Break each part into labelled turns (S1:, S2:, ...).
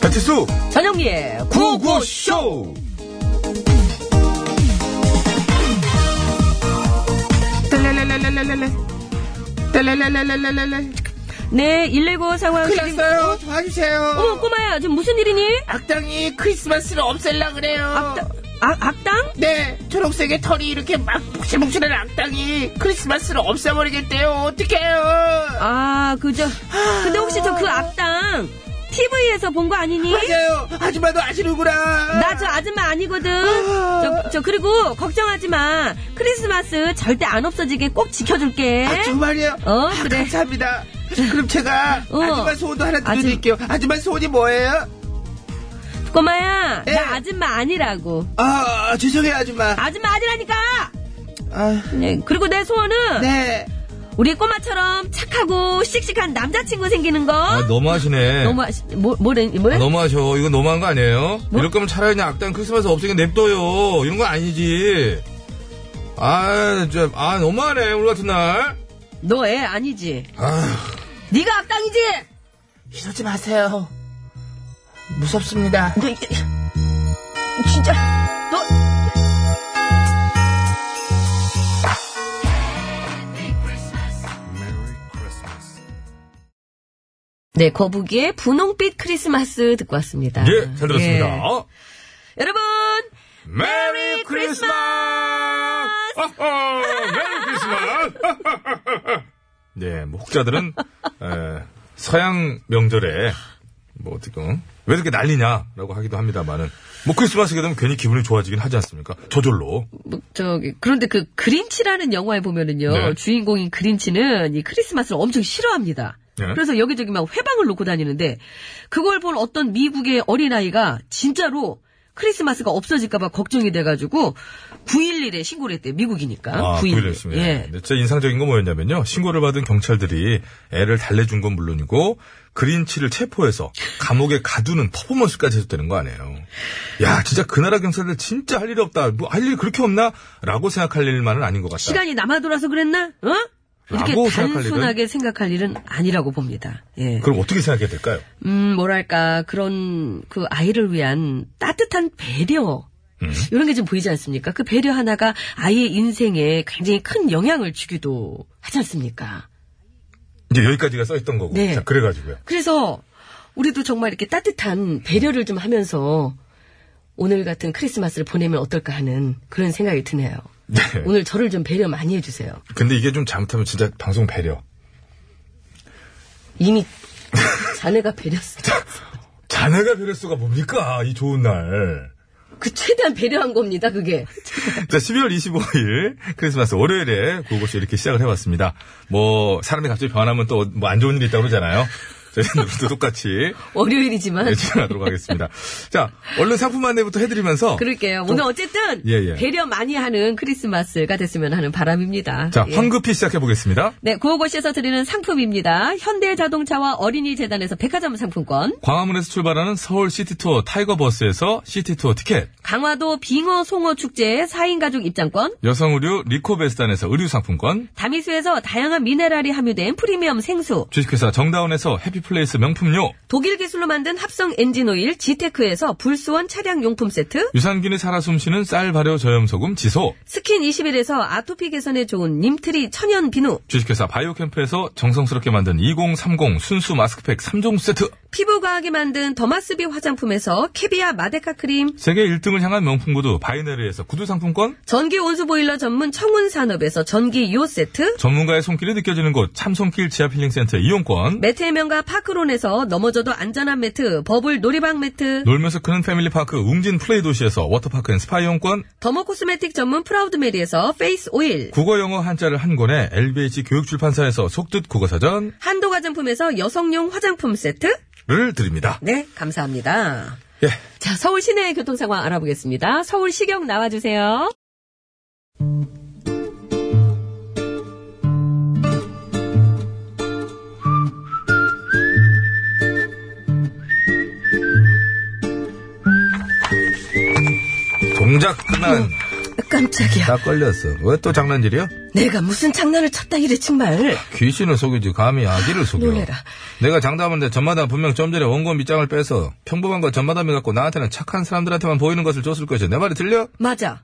S1: 배치수
S2: 전영미의 구구쇼!
S1: 구구쇼
S3: 딸랄랄랄랄랄랄. 딸랄랄랄랄랄랄.
S2: 네, 119 상황.
S3: 큰일
S2: 실행-
S3: 났어요. 도와주세요.
S2: 어머, 꼬마야, 지금 무슨 일이니?
S3: 악당이 크리스마스를 없앨라 그래요.
S2: 악당? 아, 악, 악당?
S3: 네, 초록색의 털이 이렇게 막 묵실묵실한 악당이 크리스마스를 없애버리겠대요. 어떡해요.
S2: 아, 그저. 근데 혹시 저 그 악당, TV에서 본 거 아니니?
S3: 맞아요. 아줌마도 아시는구나.
S2: 나 저 아줌마 아니거든.
S3: 아.
S2: 저, 저 그리고 걱정하지 마. 크리스마스 절대 안 없어지게 꼭 지켜줄게.
S3: 아, 정말이요?
S2: 어,
S3: 아,
S2: 그래.
S3: 감사합니다. 그럼 제가
S2: 어.
S3: 아줌마 소원도 하나
S2: 아줌-
S3: 드릴게요. 아줌마 소원이 뭐예요?
S2: 꼬마야,
S3: 예.
S2: 나 아줌마 아니라고.
S3: 아, 죄송해요, 아줌마.
S2: 아줌마 아니라니까.
S3: 아,
S2: 네, 그리고 내 소원은
S3: 네.
S2: 우리 꼬마처럼 착하고 씩씩한 남자친구 생기는 거.
S1: 아 너무하시네 뭐?
S2: 너무 아시, 뭐, 뭐래, 뭐래?
S1: 아, 너무하셔 이거 너무한 거 아니에요? 이럴 거면 차라리 그냥 악당 크리스마스 없애게 냅둬요 이런 거 아니지 아 진짜 아 너무하네 오늘 같은 날
S2: 너 애 아니지?
S1: 아,
S2: 네가 악당이지?
S3: 이러지 마세요. 무섭습니다.
S2: 너, 이- 진짜, 너. 네, 거북이의 분홍빛 크리스마스 듣고 왔습니다.
S1: 예, 잘 들었습니다.
S2: 예.
S1: 어?
S2: 여러분,
S1: 메리 크리스마스! 어허, 메리 크리스마스! 네, 뭐, 혹자들은, 에, 서양 명절에, 뭐, 어떻게, 응? 왜 이렇게 난리냐라고 하기도 합니다만은, 뭐, 크리스마스가 되면 괜히 기분이 좋아지긴 하지 않습니까? 저절로.
S2: 뭐, 저기, 그런데 그 그린치라는 영화에 보면은요,
S1: 네.
S2: 주인공인 그린치는 이 크리스마스를 엄청 싫어합니다.
S1: 네.
S2: 그래서 여기저기 막 회방을 놓고 다니는데, 그걸 본 어떤 미국의 어린아이가 진짜로 크리스마스가 없어질까봐 걱정이 돼가지고, 9.11에 신고를 했대요, 미국이니까.
S1: 아,
S2: 9.11.
S1: 구일했습니다.
S2: 예.
S1: 진짜 인상적인 건 뭐였냐면요. 신고를 받은 경찰들이 애를 달래준 건 물론이고 그린치를 체포해서 감옥에 가두는 퍼포먼스까지 해줬다는 거 아니에요. 야, 진짜 그 나라 경찰들 진짜 할 일이 없다. 뭐 할 일이 그렇게 없나? 라고 생각할 일만은 아닌 것 같다.
S2: 시간이 남아 돌아서 그랬나? 어? 이렇게
S1: 라고 생각할
S2: 단순하게 생각할 일은 아니라고 봅니다. 예.
S1: 그럼 어떻게 생각해야 될까요?
S2: 음, 뭐랄까, 그런, 그 아이를 위한 따뜻한 배려.
S1: 음.
S2: 이런 게 좀 보이지 않습니까? 그 배려 하나가 아이의 인생에 굉장히 큰 영향을 주기도 하지 않습니까?
S1: 이제 여기까지가 써있던 거고.
S2: 네.
S1: 자, 그래가지고요.
S2: 그래서 우리도 정말 이렇게 따뜻한 배려를 좀 하면서 오늘 같은 크리스마스를 보내면 어떨까 하는 그런 생각이 드네요.
S1: 네.
S2: 오늘 저를 좀 배려 많이 해주세요.
S1: 근데 이게 좀 잘못하면 진짜 방송 배려.
S2: 이미 자네가 배렸어.
S1: 자네가 배려 수가 뭡니까? 이 좋은 날.
S2: 그 최대한 배려한 겁니다, 그게.
S1: 자, 12월 25일 크리스마스 월요일에 그것이 이렇게 시작을 해봤습니다. 뭐 사람이 갑자기 변하면 또 뭐 안 좋은 일이 있다고 그러잖아요. 저희들도 똑같이 네,
S2: 월요일이지만.
S1: 진행하도록 하겠습니다. 자, 얼른 상품 안내부터 해드리면서
S2: 그럴게요. 오늘 어쨌든
S1: 예, 예.
S2: 배려 많이 하는 크리스마스가 됐으면 하는 바람입니다.
S1: 자
S2: 예.
S1: 황급히 시작해 보겠습니다.
S2: 네, 구호고시에서 드리는 상품입니다. 현대자동차와 어린이재단에서 백화점 상품권,
S1: 광화문에서 출발하는 서울 시티투어 타이거버스에서 시티투어 티켓,
S2: 강화도 빙어 송어 축제 4인 가족 입장권,
S1: 여성 의류 리코베스탄에서 의류 상품권,
S2: 다미수에서 다양한 미네랄이 함유된 프리미엄 생수,
S1: 주식회사 정다운에서 해피플레이스 명품료,
S2: 독일 기술로 만든 합성 엔진오일 지테크에서 불수원 차량 용품 세트,
S1: 유산균이 살아 숨쉬는 쌀 발효 저염소금 지소,
S2: 스킨 21에서 아토피 개선에 좋은 님트리 천연 비누,
S1: 주식회사 바이오캠프에서 정성스럽게 만든 2030 순수 마스크팩 3종 세트.
S2: 피부과학이 만든 더마스비 화장품에서 캐비아 마데카 크림,
S1: 세계 1등을 향한 명품 구두 바이네르에서 구두 상품권.
S2: 전기 온수 보일러 전문 청운 산업에서 전기 요 세트,
S1: 전문가의 손길이 느껴지는 곳 참손길 지압 힐링 센터 이용권.
S2: 매트의 명가 파크론에서 넘어져도 안전한 매트, 버블 놀이방 매트,
S1: 놀면서 크는 패밀리파크 웅진 플레이 도시에서 워터파크 앤 스파 이용권.
S2: 더모 코스메틱 전문 프라우드메리에서 페이스 오일,
S1: 국어 영어 한자를 한 권에 LBH 교육출판사에서 속뜻 국어사전을
S2: 한도 화장품에서 여성용 화장품 세트.
S1: 드립니다.
S2: 네, 감사합니다.
S1: 예.
S2: 자, 서울 시내의 교통 상황 알아보겠습니다. 서울 시경 나와주세요.
S1: 동작 끝난
S2: 깜짝이야.
S1: 다 걸렸어. 왜 또 장난질이야?
S2: 내가 무슨 장난을 쳤다 이래 정말.
S1: 귀신을 속이지 감히 아기를 속여.
S2: 놀래라.
S1: 내가 장담한데 전마담 분명 좀 전에 원고 밑장을 빼서 평범한 거 전마담이 갖고 나한테는 착한 사람들한테만 보이는 것을 줬을 것이야. 내 말이 들려?
S2: 맞아.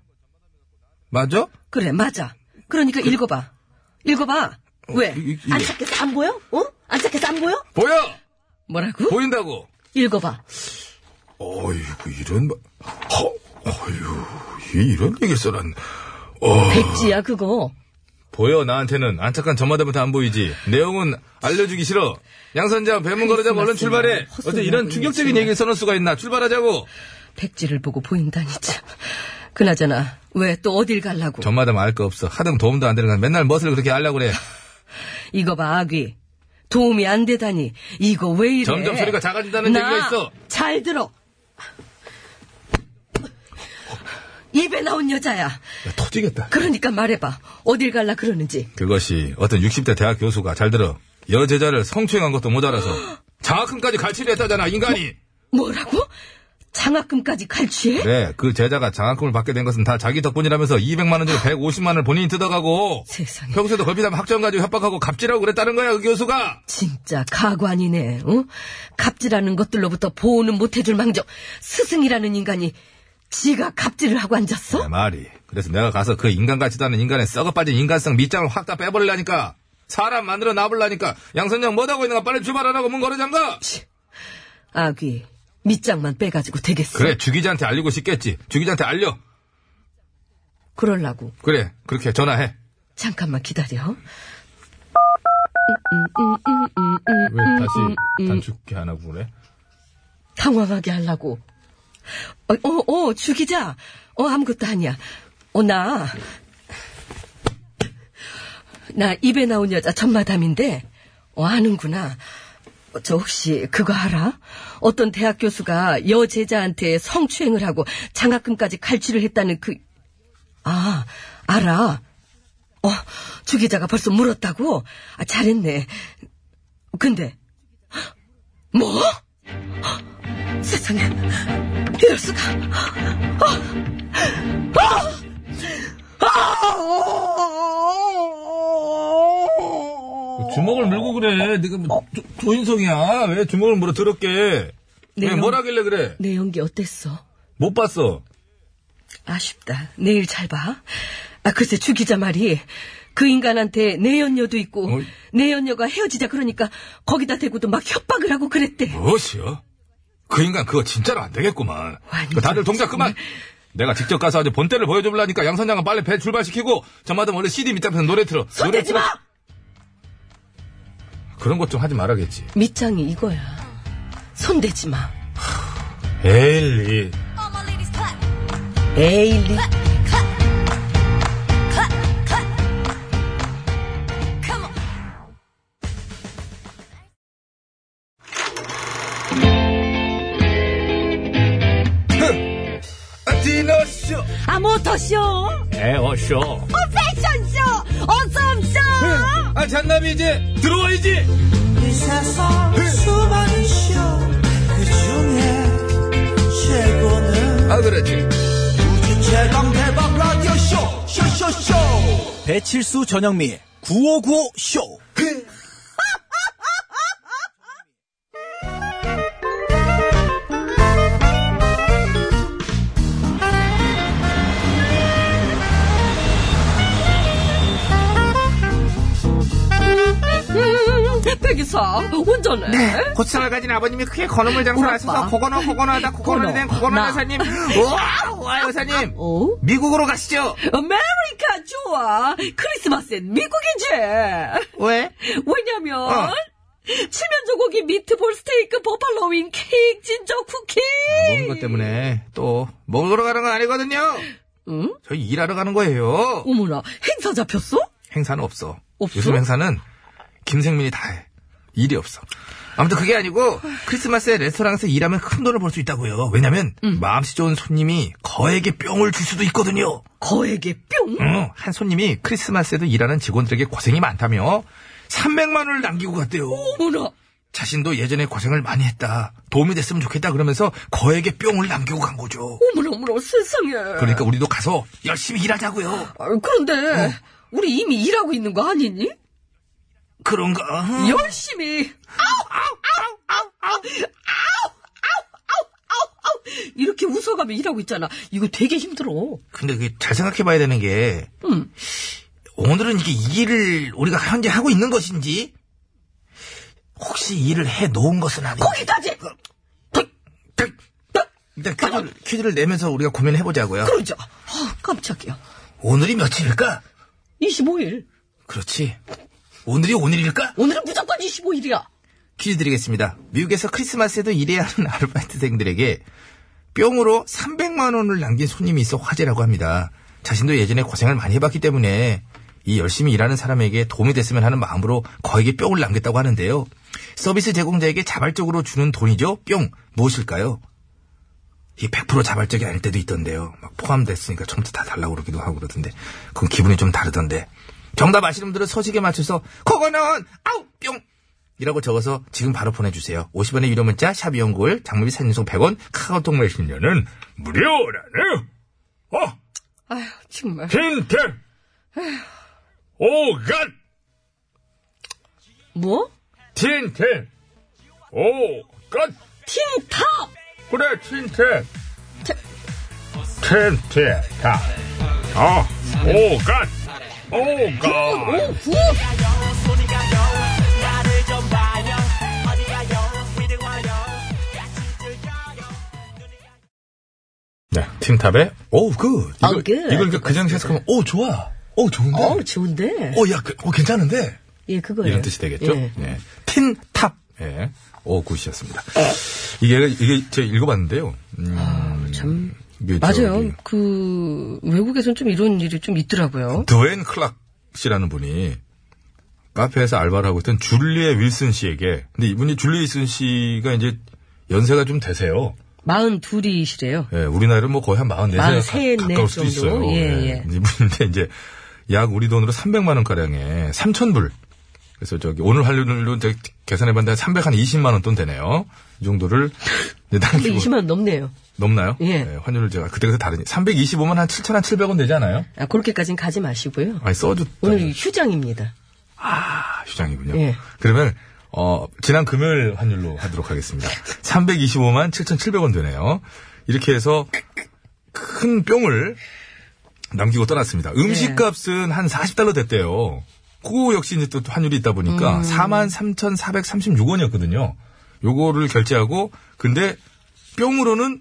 S1: 맞아?
S2: 그래, 맞아. 그러니까 읽어봐. 읽어봐. 왜?
S1: 이- 이-
S2: 안 찾겠어? 안 보여? 어? 안 찾겠어? 안 보여?
S1: 보여!
S2: 뭐라고?
S1: 보인다고!
S2: 읽어봐.
S1: 어이구, 이런, 마- 허, 어휴, 이런 얘기 써놨네. 어.
S2: 백지야, 그거.
S1: 보여, 나한테는. 안 착한 전마담한테 안 보이지. 내용은 알려주기 싫어. 양선장, 배문거르자, 얼른 출발해. 어째 이런 충격적인 얘기를 써놓을 수가 있나? 출발하자고!
S2: 백지를 보고 보인다니 참. 그나저나, 왜 또 어딜 갈라고?
S1: 전마담 알 거 없어. 하등 도움도 안 되는 건 맨날 멋을 그렇게 하려고 그래.
S2: 이거 봐, 아귀. 도움이 안 되다니. 이거 왜 이래?
S1: 점점 소리가 작아진다는
S2: 나
S1: 얘기가 있어.
S2: 잘 들어. 입에 나온 여자야.
S1: 터지겠다.
S2: 그러니까 말해봐. 어딜 갈라 그러는지.
S1: 그것이 어떤 60대 대학 교수가 잘 들어. 여제자를 성추행한 것도 모자라서 장학금까지 갈취를 했다잖아, 인간이.
S2: 뭐라고? 장학금까지 갈취해?
S1: 그래, 그 제자가 장학금을 받게 된 것은 다 자기 덕분이라면서 200만원 중에 150만원을 본인이 뜯어가고
S2: 세상에.
S1: 평소에도 걸핏하면 학점 가지고 협박하고 갑질하고 그랬다는 거야, 그 교수가.
S2: 진짜 가관이네. 응? 갑질하는 것들로부터 보호는 못해줄 망정. 스승이라는 인간이 지가 갑질을 하고
S1: 내
S2: 앉았어?
S1: 말이. 그래서 내가 가서 그 인간같지도 않은 인간의 썩어 빠진 인간성 밑장을 확 다 빼버리려니까. 사람 만들어 놔버리려니까. 양선장 뭐하고 있는가 빨리 출발하라고 문 걸어 잠가!
S2: 아귀 밑장만 빼가지고 되겠어.
S1: 그래, 주기자한테 알리고 싶겠지. 주기자한테 알려.
S2: 그럴라고.
S1: 그래, 그렇게 전화해.
S2: 잠깐만 기다려.
S1: 왜
S2: 음,
S1: 다시 단축키 안 하고 그래?
S2: 당황하게 하려고. 어, 어, 어, 주기자. 어, 아무것도 아니야. 어, 나. 나 입에 나온 여자 전마담인데, 어, 아는구나. 어, 저 혹시 그거 알아? 어떤 대학 교수가 여제자한테 성추행을 하고 장학금까지 갈취를 했다는 그, 아, 알아. 어, 주기자가 벌써 물었다고? 아, 잘했네. 근데, 뭐? 세상에 이럴 수가
S1: 주먹을 물고 그래. 네가 뭐 조, 조인성이야. 왜 주먹을 물어 더럽게?
S2: 네,
S1: 왜
S2: 형.
S1: 뭐라길래 그래?
S2: 내 연기 어땠어?
S1: 못 봤어.
S2: 아쉽다 내일 잘 봐. 아 글쎄 주 기자 말이 그 인간한테 내 연녀도 있고
S1: 어이.
S2: 내 연녀가 헤어지자 그러니까 거기다 대고도 막 협박을 하고
S1: 뭐,
S2: 그랬대.
S1: 무엇이요? 그 인간 그거 진짜로 안 되겠구만.
S2: 완전
S1: 그 다들 동작 그만. 내가 직접 가서 아주 본때를 보여줘보려니까 양선장은 빨리 배 출발시키고 저마다 원래 CD 밑장에서 노래 틀어.
S2: 손
S1: 노래
S2: 대지 마!
S1: 그런 것 좀 하지 말아겠지.
S2: 밑장이 이거야. 손 대지 마.
S1: 에일리.
S2: 에일리.
S1: 디너쇼.
S2: 아 모터쇼,
S1: 에어쇼.
S2: 그 패션쇼, 어썸쇼.
S1: 아 잔남이 이제 들어와야지.
S4: 이 세상 수많은 쇼그 중에 최고는
S1: 아 그렇지.
S4: 우주 최강 대박 라디오 쇼 쇼쇼쇼 배칠수 전영미 9595 쇼.
S2: 음, 백이사 운전해.
S3: 고추장을 가진 아버님이 크게 건어물 장사하셔서
S2: 오락바.
S3: 고건어 고건어하다 고건어 된 고건어
S2: 나.
S3: 여사님 우와 우와 여사님
S2: 어?
S3: 미국으로 가시죠
S2: 아메리카 좋아. 크리스마스엔 미국이지.
S3: 왜?
S2: 왜냐면
S3: 어.
S1: 아.
S2: 칠면 조고기 미트볼 스테이크 버팔로 윙 케이크 진저 쿠키.
S1: 아, 먹는 것 때문에 또 먹으러 가는 건 아니거든요.
S2: 응?
S1: 저희 일하러 가는 거예요.
S2: 어머나 행사 잡혔어?
S1: 행사는 없어.
S2: 없어?
S1: 요즘 행사는 김생민이 다 해. 일이 없어. 아무튼 그게 아니고 크리스마스에 레스토랑에서 일하면 큰 돈을 벌 수 있다고요. 왜냐면 마음씨 좋은 손님이 거에게 뿅을 줄 수도 있거든요.
S2: 거액의 뿅.
S1: 응, 한 손님이 크리스마스에도 일하는 직원들에게 고생이 많다며 300만 원을 남기고 갔대요.
S2: 어머나
S1: 자신도 예전에 고생을 많이 했다. 도움이 됐으면 좋겠다. 그러면서 거액의 뿅을 남기고 간 거죠.
S2: 어머나, 어머나, 세상에.
S1: 그러니까 어. 우리도 가서 열심히 일하자고요.
S2: 아, 그런데, 우리 이미 일하고 있는 거 아니니?
S1: 그런가?
S2: 열심히 아우 아우 아우 아우 아우 아우 아우 아우 아우 이렇게 웃어가며 일하고 있잖아. 이거 되게 힘들어.
S1: 근데 그게 잘 생각해봐야 되는 게
S2: 음.
S1: 오늘은 이게 이 일을 우리가 현재 하고 있는 것인지 혹시 일을 해 놓은 것은 아닌가?
S2: 거기까지
S1: 일단 퀴즈를, 퀴즈를 내면서 우리가 고민해 보자고요.
S2: 그러죠. 아, 깜짝이야.
S1: 오늘이 며칠일까?
S2: 25일.
S1: 그렇지. 오늘이 오늘일까?
S2: 오늘은 무조건 25일이야.
S1: 퀴즈 드리겠습니다. 미국에서 크리스마스에도 일해야 하는 아르바이트생들에게 뿅으로 300만 원을 남긴 손님이 있어 화제라고 합니다. 자신도 예전에 고생을 많이 해봤기 때문에 이 열심히 일하는 사람에게 도움이 됐으면 하는 마음으로 거액의 뿅을 남겼다고 하는데요. 서비스 제공자에게 자발적으로 주는 돈이죠? 뿅. 무엇일까요? 이 100% 자발적이 아닐 때도 있던데요. 막 포함됐으니까 처음부터 다 달라고 그러기도 하고 그러던데. 그건 기분이 좀 다르던데. 정답 아시는 분들은 서식에 맞춰서 그거는 아우 뿅 이라고 적어서 지금 바로 보내주세요. 50원의 유료 문자 샵 연구일 장무비 산인송 100원 카카오톡 메신저는 무료라네요. 어
S2: 아휴 정말.
S1: 틴텐 오간
S2: 뭐?
S1: 틴텐 오간
S2: 틴탑.
S1: 그래 틴텐 틴텐 다어 오간 오간
S2: 오구.
S1: 네, 틴탑의 오 굿.
S2: 오, 굿.
S1: 이걸 그그 장소에서 하면 오 좋아. 오 좋은데.
S2: 어 좋은데.
S1: 오 야, 그, 오 괜찮은데.
S2: 예 그거예요.
S1: 이런 뜻이 되겠죠.
S2: 예.
S1: 예. 틴탑. 예. 오 굿이었습니다. 이게 이게 제가 읽어봤는데요. 음,
S2: 아, 참.
S1: 이게
S2: 맞아요.
S1: 저기
S2: 그 외국에선 좀 이런 일이 좀 있더라고요.
S1: 드웨인 클락 씨라는 분이 카페에서 알바를 하고 있던 줄리에 윌슨 씨에게 근데 이분이 줄리에 윌슨 씨가 이제 연세가 좀 되세요.
S2: 마흔 둘이시래요.
S1: 예, 우리 나이로 뭐 거의 한 44세
S2: 44,
S1: 가, 가까울 수도
S2: 정도?
S1: 있어요.
S2: 예, 예.
S1: 이분인데 이제 약 우리 돈으로 300만 원 가량에 3,000불. 그래서 저기 오늘 환율로 이제 계산해봤는데 320만 원 돈 되네요. 이 정도를 이제
S2: 근데
S1: 남기고
S2: 20만 원 넘네요.
S1: 넘나요?
S2: 예.
S1: 환율을 제가 그때 그때 다르니 325만 한 7,700원 되지 않아요?
S2: 아, 그렇게까지는 가지 마시고요.
S1: 아니 써줬다.
S2: 오늘 휴장입니다.
S1: 아, 휴장이군요.
S2: 예.
S1: 그러면 어, 지난 금요일 환율로 하도록 하겠습니다. 325만 7,700원 되네요. 이렇게 해서 큰 뿅을 남기고 떠났습니다. 음식값은 한 40달러 됐대요. 그거 역시 이제 또 환율이 있다 보니까 43,436원이었거든요. 요거를 결제하고 근데 뿅으로는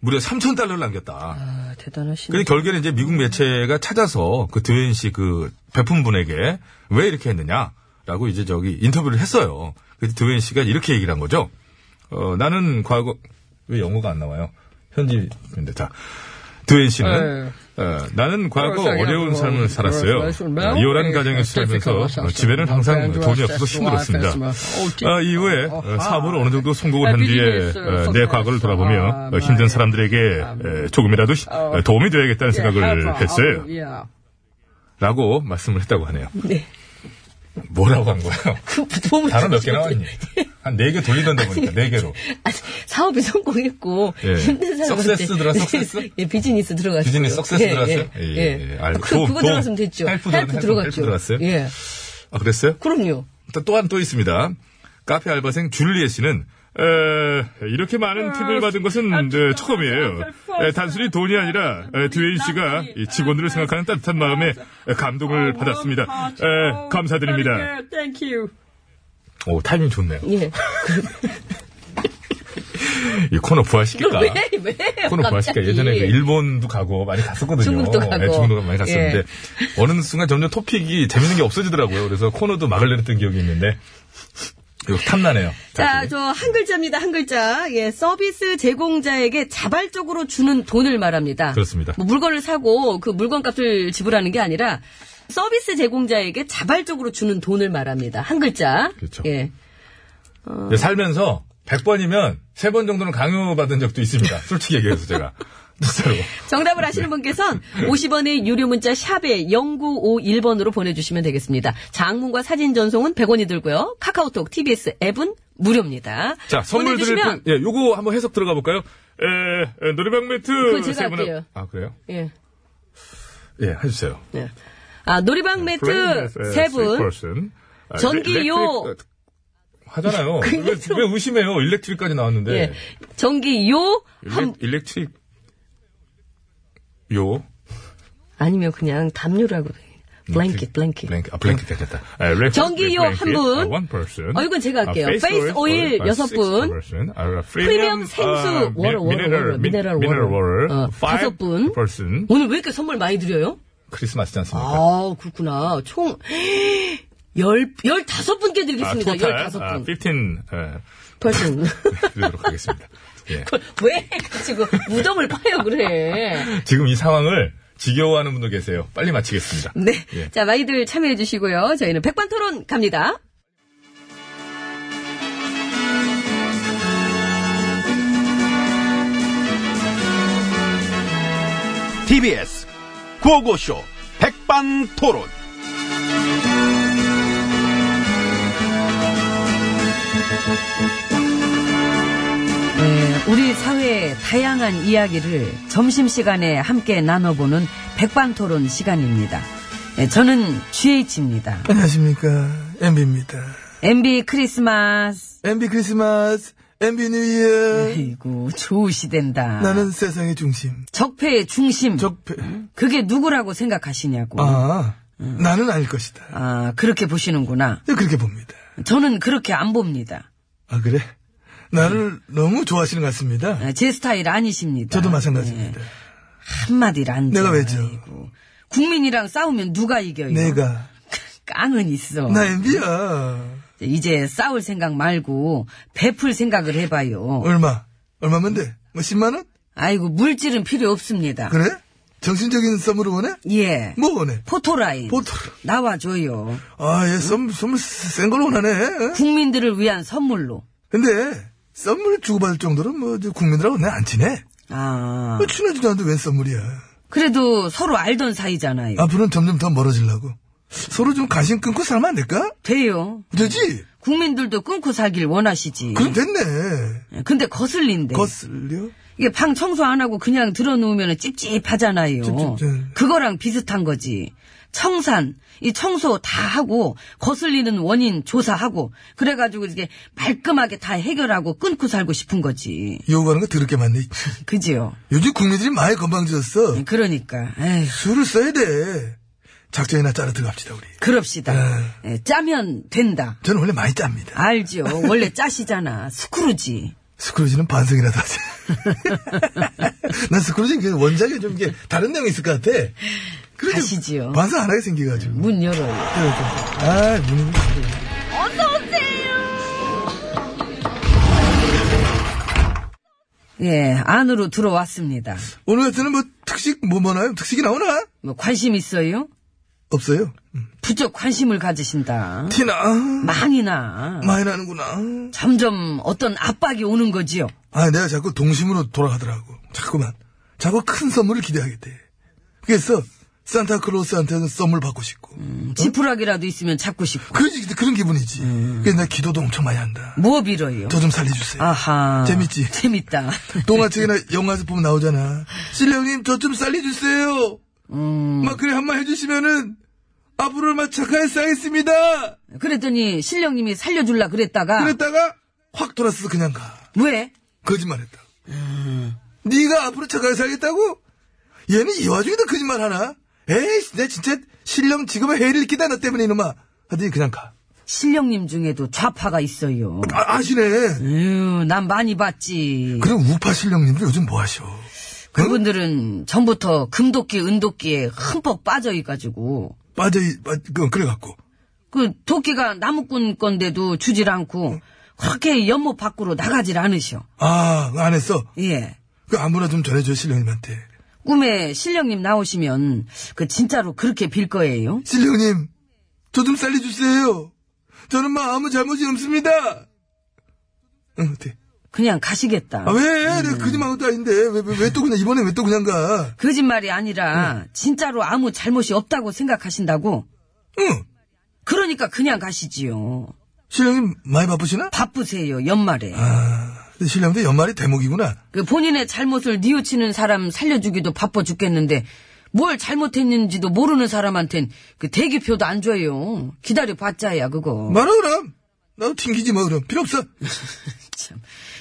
S1: 무려 3,000달러를 남겼다.
S2: 아, 대단하시네.
S1: 근데 결국에는 이제 미국 매체가 찾아서 그 드웨인 씨 그 배품분에게 왜 이렇게 했느냐? 라고 이제 저기 인터뷰를 했어요. 그래서 드웨인 씨가 이렇게 얘기를 한 거죠. 어, 나는 과거, 왜 영어가 안 나와요? 현지, 근데 자. 드웨인 씨는 어, 나는 과거 어려운 삶을 살았어요. 어, 이혼한 가정에서 살면서 집에는 항상 돈이 없어서 힘들었습니다. 어, 이후에 어, 사업을 어느 정도 성공을 한 뒤에 어, 내 과거를 돌아보며 어, 힘든 사람들에게 에, 조금이라도 시- 어, 도움이 되어야겠다는 생각을 했어요. 예. 라고 말씀을 했다고 하네요.
S2: 네.
S1: 뭐라고 한 거예요?
S2: 그 부모님
S1: 단어 몇 개 나왔니? 한 네 개 돌리던데 보니까 네 개로.
S2: 아니, 사업이 성공했고
S1: 예.
S2: 힘든 사람
S1: 석세스 들어가, 석세스?
S2: 예, 비즈니스 들어갔어요.
S1: 비즈니스 석세스 들어갔어요?
S2: 예,
S1: 예,
S2: 예.
S1: 예, 예. 알-
S2: 그,
S1: 도움,
S2: 그거
S1: 도움.
S2: 들어갔으면 됐죠.
S1: 헬프 들어갔- 헬프
S2: 들어갔죠.
S1: 들어갔어요?
S2: 예,
S1: 아, 그랬어요?
S2: 그럼요.
S1: 또- 또한 또 있습니다. 카페 알바생 줄리에 씨는 에, 이렇게 많은 팁을 받은 것은 네, 처음이에요. 에, 단순히 돈이 아, 아니라 에, 드웨인 씨가 이 직원들을 생각하는 따뜻한 마음에 에, 감동을 받았습니다. 에, 감사드립니다. 오 타이밍 좋네요.
S2: 예.
S1: 이 코너 부활시킬까?
S2: 왜, 왜?
S1: 코너 부활시킬까?
S2: 갑자기.
S1: 예전에 그 일본도 가고 많이 갔었거든요.
S2: 중국도 가고. 예.
S1: 예, 중국도 많이 갔었는데 어느 순간 점점 토픽이 재밌는 게 없어지더라고요. 그래서 코너도 막을 내렸던 기억이 있는데 이거 탐나네요.
S2: 자, 저 한 글자입니다. 한 글자. 예, 서비스 제공자에게 자발적으로 주는 돈을 말합니다.
S1: 그렇습니다.
S2: 뭐 물건을 사고 그 물건값을 지불하는 게 아니라 서비스 제공자에게 자발적으로 주는 돈을 말합니다. 한 글자.
S1: 그렇죠.
S2: 예.
S1: 네, 살면서 100번이면 3번 정도는 강요받은 적도 있습니다. 솔직히 얘기해서 제가. 진짜로.
S2: 정답을 아시는 분께선 50원의 유료 문자 샵에 0951번으로 보내주시면 되겠습니다. 장문과 사진 전송은 100원이 들고요. 카카오톡, TBS 앱은
S5: 무료입니다.
S1: 자, 선물 드릴
S5: 보내주시면-
S1: 분, 예, 요거 한번 해석 들어가 볼까요? 에, 에, 노래방 매트.
S5: 그건 제가
S1: 세 분은-
S5: 할게요.
S1: 아, 그래요?
S5: 예.
S1: 예, 해주세요.
S5: 네. 아,
S1: 음,
S5: 놀이방 매트
S1: 네, 예,
S5: 세 분. 전기요.
S1: 아, 어, 하잖아요. 왜,
S5: 일렉트로-
S1: 왜 의심해요? 일렉트릭까지 나왔는데.
S5: 예. 전기 요,
S1: 일렉,
S5: 한,
S1: 일렉트릭, 요,
S5: 아니면 그냥 담요라고.
S1: 음,
S5: 블랭킷, 블랭킷. 음.
S1: 블랭킷, 아, 블랭킷 괜찮다. 아, 일렉-
S5: 전기요
S1: 블랭킷,
S5: 한 분.
S1: 아, one person.
S5: 어, 이건 제가 할게요.
S1: 아,
S5: 페이스 오일
S1: 아,
S5: 여섯
S1: six
S5: 분.
S1: person. 아,
S5: 프리미엄 생수
S1: 아, 미-
S5: 워러, 워러, 워러, 미네랄 워러.
S1: 미네랄 워러.
S5: 어,
S1: five
S5: 다섯 분.
S1: person.
S5: 오늘 왜 이렇게 선물 많이 드려요?
S1: 크리스마스지 않습니까?
S5: 아, 그렇구나. 총, 열, 열다섯 분께 드리겠습니다.
S1: 토탈,
S5: 열다섯
S1: 아,
S5: 분.
S1: 15, 예,
S5: 벌써.
S1: 드리도록 하겠습니다. 예.
S5: 그, 왜 지금 무덤을 파요, 그래.
S1: 지금 이 상황을 지겨워하는 분도 계세요. 빨리 마치겠습니다.
S5: 네.
S1: 예.
S5: 자, 많이들 참여해 주시고요. 저희는 백반 토론 갑니다.
S4: TBS 구호고쇼 백반토론
S2: 네, 우리 사회의 다양한 이야기를 점심시간에 함께 나눠보는 백반토론 시간입니다. 네, 저는 GH입니다.
S6: 안녕하십니까. MB입니다.
S2: MB 크리스마스.
S6: MB 크리스마스, MB 뉴 이어.
S2: 아이고, 좋으시댄다.
S6: 나는 세상의 중심.
S2: 적폐의 중심.
S6: 적폐.
S2: 그게 누구라고 생각하시냐고.
S6: 아, 나는 아닐 것이다. 네,
S2: 아, 그렇게 보시는구나.
S6: 그렇게 봅니다.
S2: 저는 그렇게 안 봅니다.
S6: 아, 그래? 나를 너무 좋아하시는 것 같습니다.
S2: 아, 제 스타일 아니십니다. 네.
S6: 저도 마찬가지입니다.
S2: 한마디란.
S6: 내가 왜죠?
S2: 국민이랑 싸우면 누가 이겨요?
S6: 내가.
S2: 깡은 있어.
S6: 나 MB야.
S2: 이제 싸울 생각 말고 베풀 생각을 해봐요.
S6: 얼마? 얼마면 돼? 뭐 10만원?
S2: 아이고 물질은 필요 없습니다.
S6: 그래? 정신적인 썸으로 원해?
S2: 예.
S6: 뭐 원해?
S2: 포토라인
S6: 포토-
S2: 나와줘요.
S6: 아, 얘 썸, 썸을 센걸 원하네.
S2: 국민들을 위한 선물로.
S6: 근데, 썸을 주고받을 정도로 뭐, 이제 국민들하고 내 안 친해.
S2: 아
S6: 뭐 친하지도 않는데 웬 썸물이야.
S2: 그래도 서로 알던 사이잖아요.
S6: 음. 앞으로는 점점 더 멀어지려고. 서로 좀 가심 끊고 살면 안 될까?
S2: 돼요.
S6: 되지?
S2: 음. 국민들도 끊고 살길 원하시지. 음.
S6: 그럼 됐네.
S2: 근데 거슬린데.
S6: 거슬려?
S2: 이게 방 청소 안 하고 그냥 들어놓으면 찝찝하잖아요. 네.
S6: 찝찝.
S2: 그거랑 비슷한 거지. 청산, 이 청소 다 하고, 거슬리는 원인 조사하고, 그래가지고 이게 말끔하게 다 해결하고 끊고 살고 싶은 거지.
S6: 요구하는 거 더럽게 많네.
S2: 그지요?
S6: 요즘 국민들이 많이 건방져졌어.
S2: 그러니까, 에휴,
S6: 수를 써야 돼. 작전이나 짜러 들어갑시다, 우리.
S2: 그럽시다. 에, 짜면 된다.
S6: 저는 원래 많이 짭니다.
S2: 알죠. 원래 짜시잖아. 스크루지.
S6: 스크루지는 반성이라도 하지. 난 스크루지는 그냥 원작에 좀 이게 다른 내용이 있을 것 같아. 그래도
S2: 가시지요. 음.
S6: 반성 안 하게 생겨가지고.
S2: 문 열어요.
S6: 아, 문.
S2: 예, 안으로 들어왔습니다.
S6: 오늘 같은 뭐 특식 뭐 뭐나요? 특식이 나오나?
S2: 뭐 관심 있어요?
S6: 없어요. 음.
S2: 부쩍 관심을 가지신다.
S6: 티나.
S2: 많이 나.
S6: 많이 나는구나.
S2: 점점 어떤 압박이 오는 거지요.
S6: 아, 내가 자꾸 동심으로 돌아가더라고. 자꾸만. 자꾸 큰 선물을 기대하게 돼. 그래서, 산타클로스한테는 선물 받고 싶고.
S2: 지푸라기라도 있으면 잡고 싶고.
S6: 그러지, 그런 기분이지. 그래서 나 기도도 엄청 많이 한다.
S2: 뭐 빌어요?
S6: 저 좀 살려주세요.
S2: 아하.
S6: 재밌지?
S2: 재밌다.
S6: 동화책이나 영화에서 보면 나오잖아. 신령님, 저 좀 살려주세요. 막 그래, 한마디 해주시면은, 앞으로 막 착하게 쌓겠습니다.
S2: 그랬더니 신령님이 살려줄라 그랬다가.
S6: 그랬다가, 확 돌아서서 그냥 가.
S2: 왜?
S6: 거짓말했다. 네가 앞으로 착하게 살겠다고? 얘는 이 와중에도 거짓말 하나? 에이, 내 진짜 신령 지금의 해를 끼다 너 때문에 이놈아. 하더니 그냥 가.
S2: 신령님 중에도 좌파가 있어요.
S6: 아, 시네
S2: 에휴, 난 많이 봤지.
S6: 그럼 우파 신령님들 요즘 뭐 하셔? 응?
S2: 그분들은 전부터 금도끼, 은도끼에 흠뻑 빠져있가지고.
S6: 빠져, 빠, 그, 그래갖고.
S2: 그 도끼가 나무꾼 건데도 주질 않고 그렇게 연못 밖으로 나가질 않으셔.
S6: 아, 그거 안 했어?
S2: 예.
S6: 그 아무나 좀 전해줘, 신령님한테.
S2: 꿈에 신령님 나오시면 그 진짜로 그렇게 빌 거예요.
S6: 신령님, 저 좀 살려주세요. 저는 막 아무 잘못이 없습니다. 응, 어때?
S2: 그냥 가시겠다.
S6: 아, 왜? 내가 거짓말 것도 아닌데. 왜, 왜, 왜 또 그냥, 이번에 왜 또 그냥 가?
S2: 거짓말이 아니라 진짜로 아무 잘못이 없다고 생각하신다고.
S6: 응.
S2: 그러니까 그냥 가시지요.
S6: 신령님 많이 바쁘시나?
S2: 바쁘세요, 연말에.
S6: 아, 근데 신령도 연말이 대목이구나.
S2: 그 본인의 잘못을 뉘우치는 사람 살려주기도 바빠 죽겠는데, 뭘 잘못했는지도 모르는 사람한텐 그 대기표도 안 줘요. 기다려봤자야, 그거.
S6: 말아, 그럼. 나도 튕기지 뭐, 그럼. 필요 없어.
S2: 참.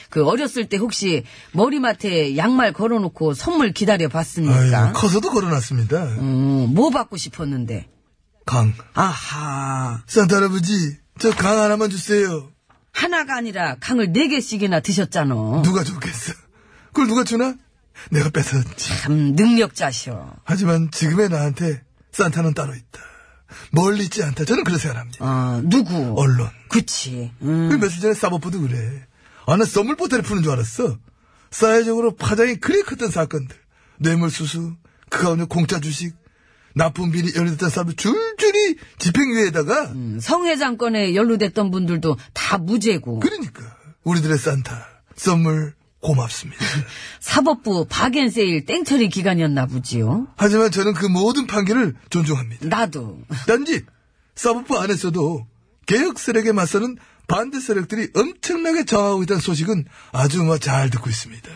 S2: 그 어렸을 때 혹시 머리맡에 양말 걸어놓고 선물 기다려봤습니까?
S6: 아유, 커서도 걸어놨습니다.
S2: 그러니까. 음, 뭐 받고 싶었는데.
S6: 강.
S2: 아하.
S6: 산타 할아버지, 저 강 하나만 주세요.
S2: 하나가 아니라 강을 네 개씩이나 드셨잖아.
S6: 누가 줬겠어. 그걸 누가 주나? 내가 뺏었지.
S2: 참, 능력자셔.
S6: 하지만 지금의 나한테 산타는 따로 있다. 멀리 있지 않다. 저는 그렇게 생각합니다.
S2: 어, 누구?
S6: 언론.
S2: 그치. 음.
S6: 그 며칠 전에 사법부도 그래. 아, 나 썸물포탈을 푸는 줄 알았어. 사회적으로 파장이 그리 컸던 사건들. 뇌물수수, 그 가운데 공짜 주식, 납품 비리 연루됐던 사람들 줄줄이 집행유예에다가
S2: 음, 성회장 건에 연루됐던 분들도 다 무죄고.
S6: 그러니까 우리들의 산타 썸물 고맙습니다.
S2: 사법부 박앤세일 땡처리 기간이었나 보지요.
S6: 하지만 저는 그 모든 판결을 존중합니다.
S2: 나도.
S6: 단지 사법부 안에서도 개혁 세력에 맞서는 반대 세력들이 엄청나게 저항하고 있다는 소식은 아주 뭐 잘 듣고 있습니다.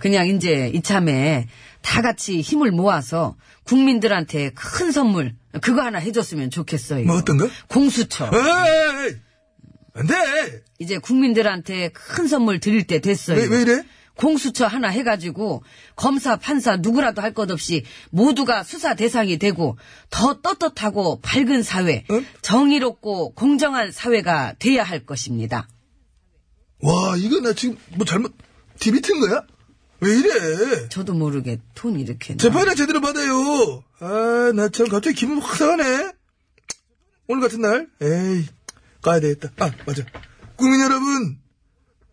S2: 그냥 이제 이참에 다 같이 힘을 모아서 국민들한테 큰 선물 그거 하나 해줬으면 좋겠어요.
S6: 뭐 어떤 거?
S2: 공수처.
S6: 에이! 안 돼!
S2: 이제 국민들한테 큰 선물 드릴 때 됐어요.
S6: 왜, 왜 이래?
S2: 공수처 하나 해가지고 검사 판사 누구라도 할 것 없이 모두가 수사 대상이 되고 더 떳떳하고 밝은 사회,
S6: 응?
S2: 정의롭고 공정한 사회가 돼야 할 것입니다.
S6: 와, 이거 나 지금 뭐 잘못, TV 튼 거야? 왜 이래?
S2: 저도 모르게 돈 이렇게.
S6: 재판이나 제대로 받아요. 아, 나 참 갑자기 기분 확 상하네. 오늘 같은 날, 에이, 가야 되겠다. 아, 맞아. 국민 여러분,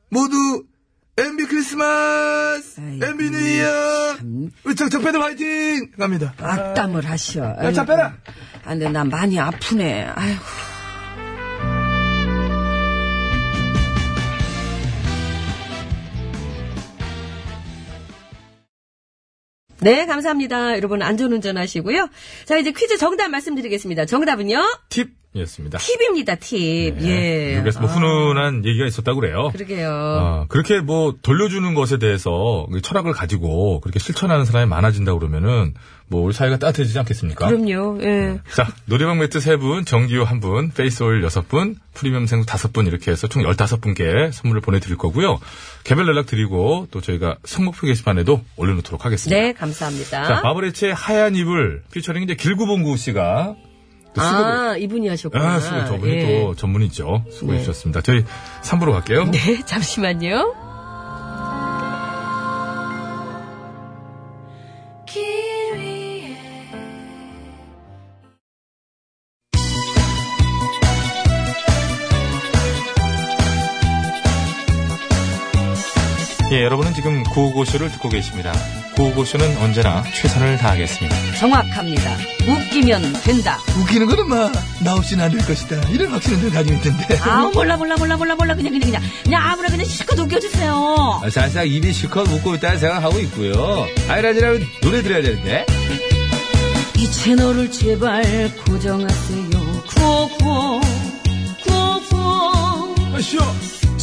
S6: 모두, MB 크리스마스!
S2: 아이고,
S6: MB 뉴 이어!
S2: 참.
S6: 우리 적, 적패들 화이팅! 갑니다.
S2: 악담을 하셔.
S6: 야, 차 빼라!
S2: 아, 근데 나 많이 아프네. 아이고.
S7: 네, 감사합니다. 여러분 안전운전 하시고요. 자, 이제 퀴즈 정답 말씀드리겠습니다. 정답은요?
S1: 팁이었습니다.
S7: 팁입니다, 팁.
S1: 네.
S7: 예.
S1: 여기서 뭐
S7: 아,
S1: 훈훈한 얘기가 있었다고 그래요.
S7: 그러게요.
S1: 아, 그렇게 뭐 돌려주는 것에 대해서 그 철학을 가지고 그렇게 실천하는 사람이 많아진다 그러면은 뭐 우리 사회가 따뜻해지지 않겠습니까?
S7: 그럼요.
S1: 네,
S7: 예.
S1: 자, 노래방 매트 세분 정기호 한분 페이스오일 여섯 분 프리미엄 생수 다섯 분 이렇게 해서 총 열다섯 분께 선물을 보내드릴 거고요. 개별 연락 드리고 또 저희가 성목표 게시판에도 올려놓도록 하겠습니다.
S7: 네, 감사합니다.
S1: 자, 마블의치의 하얀 이불 피처링 이제 길구봉구 씨가 또 수고를
S7: 아, 이분이 하셨구나.
S1: 아, 수고 저분이
S7: 예.
S1: 또 전문이죠. 수고해
S7: 네.
S1: 주셨습니다. 저희 3부로 갈게요.
S7: 네, 잠시만요.
S1: 예, 여러분은 지금 구호고쇼를 듣고 계십니다. 구호고쇼는 언제나 최선을 다하겠습니다.
S2: 정확합니다. 웃기면 된다.
S6: 웃기는 거는 마, 나 없이는 안 될 것이다. 이런 확신을 늘 가지고 있던데.
S7: 아우, 몰라, 몰라, 몰라, 몰라, 몰라. 그냥, 그냥, 그냥. 그냥 아무나 그냥 실컷 웃겨주세요.
S8: 사실상 아, 입이 실컷 웃고 있다는 생각하고 있고요. 아이라지라면 노래 들어야 되는데.
S2: 이 채널을 제발 고정하세요. 구호구호, 구호구호.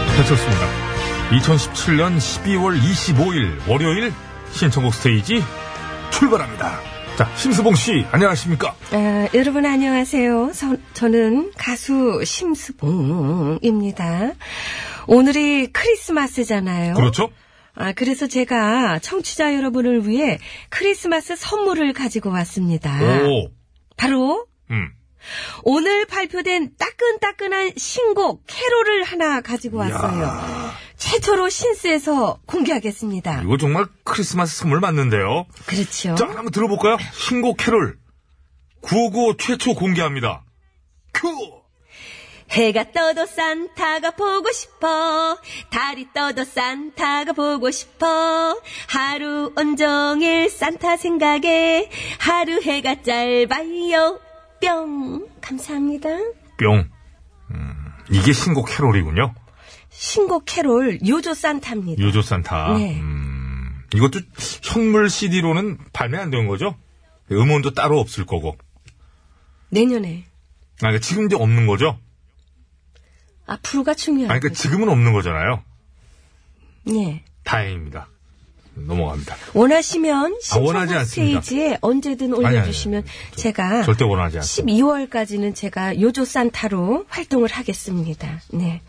S1: 네, 배쳤습니다. 2017년 12월 25일 월요일 신청곡 스테이지 출발합니다. 자, 심수봉 씨, 안녕하십니까?
S7: 아, 여러분 안녕하세요. 선- 저는 가수 심수봉입니다. 오늘이 크리스마스잖아요.
S1: 그렇죠?
S7: 아, 그래서 제가 청취자 여러분을 아. 위해 크리스마스 선물을 가지고 왔습니다.
S1: 오,
S7: 바로
S1: 음.
S2: 오늘 발표된 따끈따끈한 신곡 캐롤을 하나 가지고 왔어요. 최초로 신스에서 공개하겠습니다.
S1: 이거 정말 크리스마스 선물 맞는데요.
S2: 그렇죠.
S1: 자, 한번 들어볼까요? 신곡 캐롤. 959 최초 공개합니다. 큐!
S2: 해가 떠도 산타가 보고 싶어. 달이 떠도 산타가 보고 싶어. 하루 온종일 산타 생각에 하루 해가 짧아요. 뿅. 감사합니다.
S1: 뿅. 음, 이게 신곡 캐롤이군요.
S2: 신곡 캐롤 요조 산타입니다.
S1: 요조 산타.
S2: 네.
S1: 아, 음, 이것도 현물 CD로는 발매 안 된 거죠? 음원도 따로 없을 거고.
S2: 내년에
S1: 아, 그러니까 지금 이제 없는 거죠?
S2: 앞으로가
S1: 아,
S2: 중요한
S1: 그러니까
S2: 거죠.
S1: 지금은 없는 거잖아요.
S2: 예.
S1: 다행입니다. 넘어갑니다.
S2: 원하시면
S1: 아, 원하지
S2: 신청곡
S1: 않습니다.
S2: 페이지에 언제든
S1: 아니, 아니,
S2: 올려주시면
S1: 아니.
S2: 제가
S1: 절대 원하지 않습니다.
S2: 12월까지는 제가 요조 산타로 활동을 하겠습니다. 네.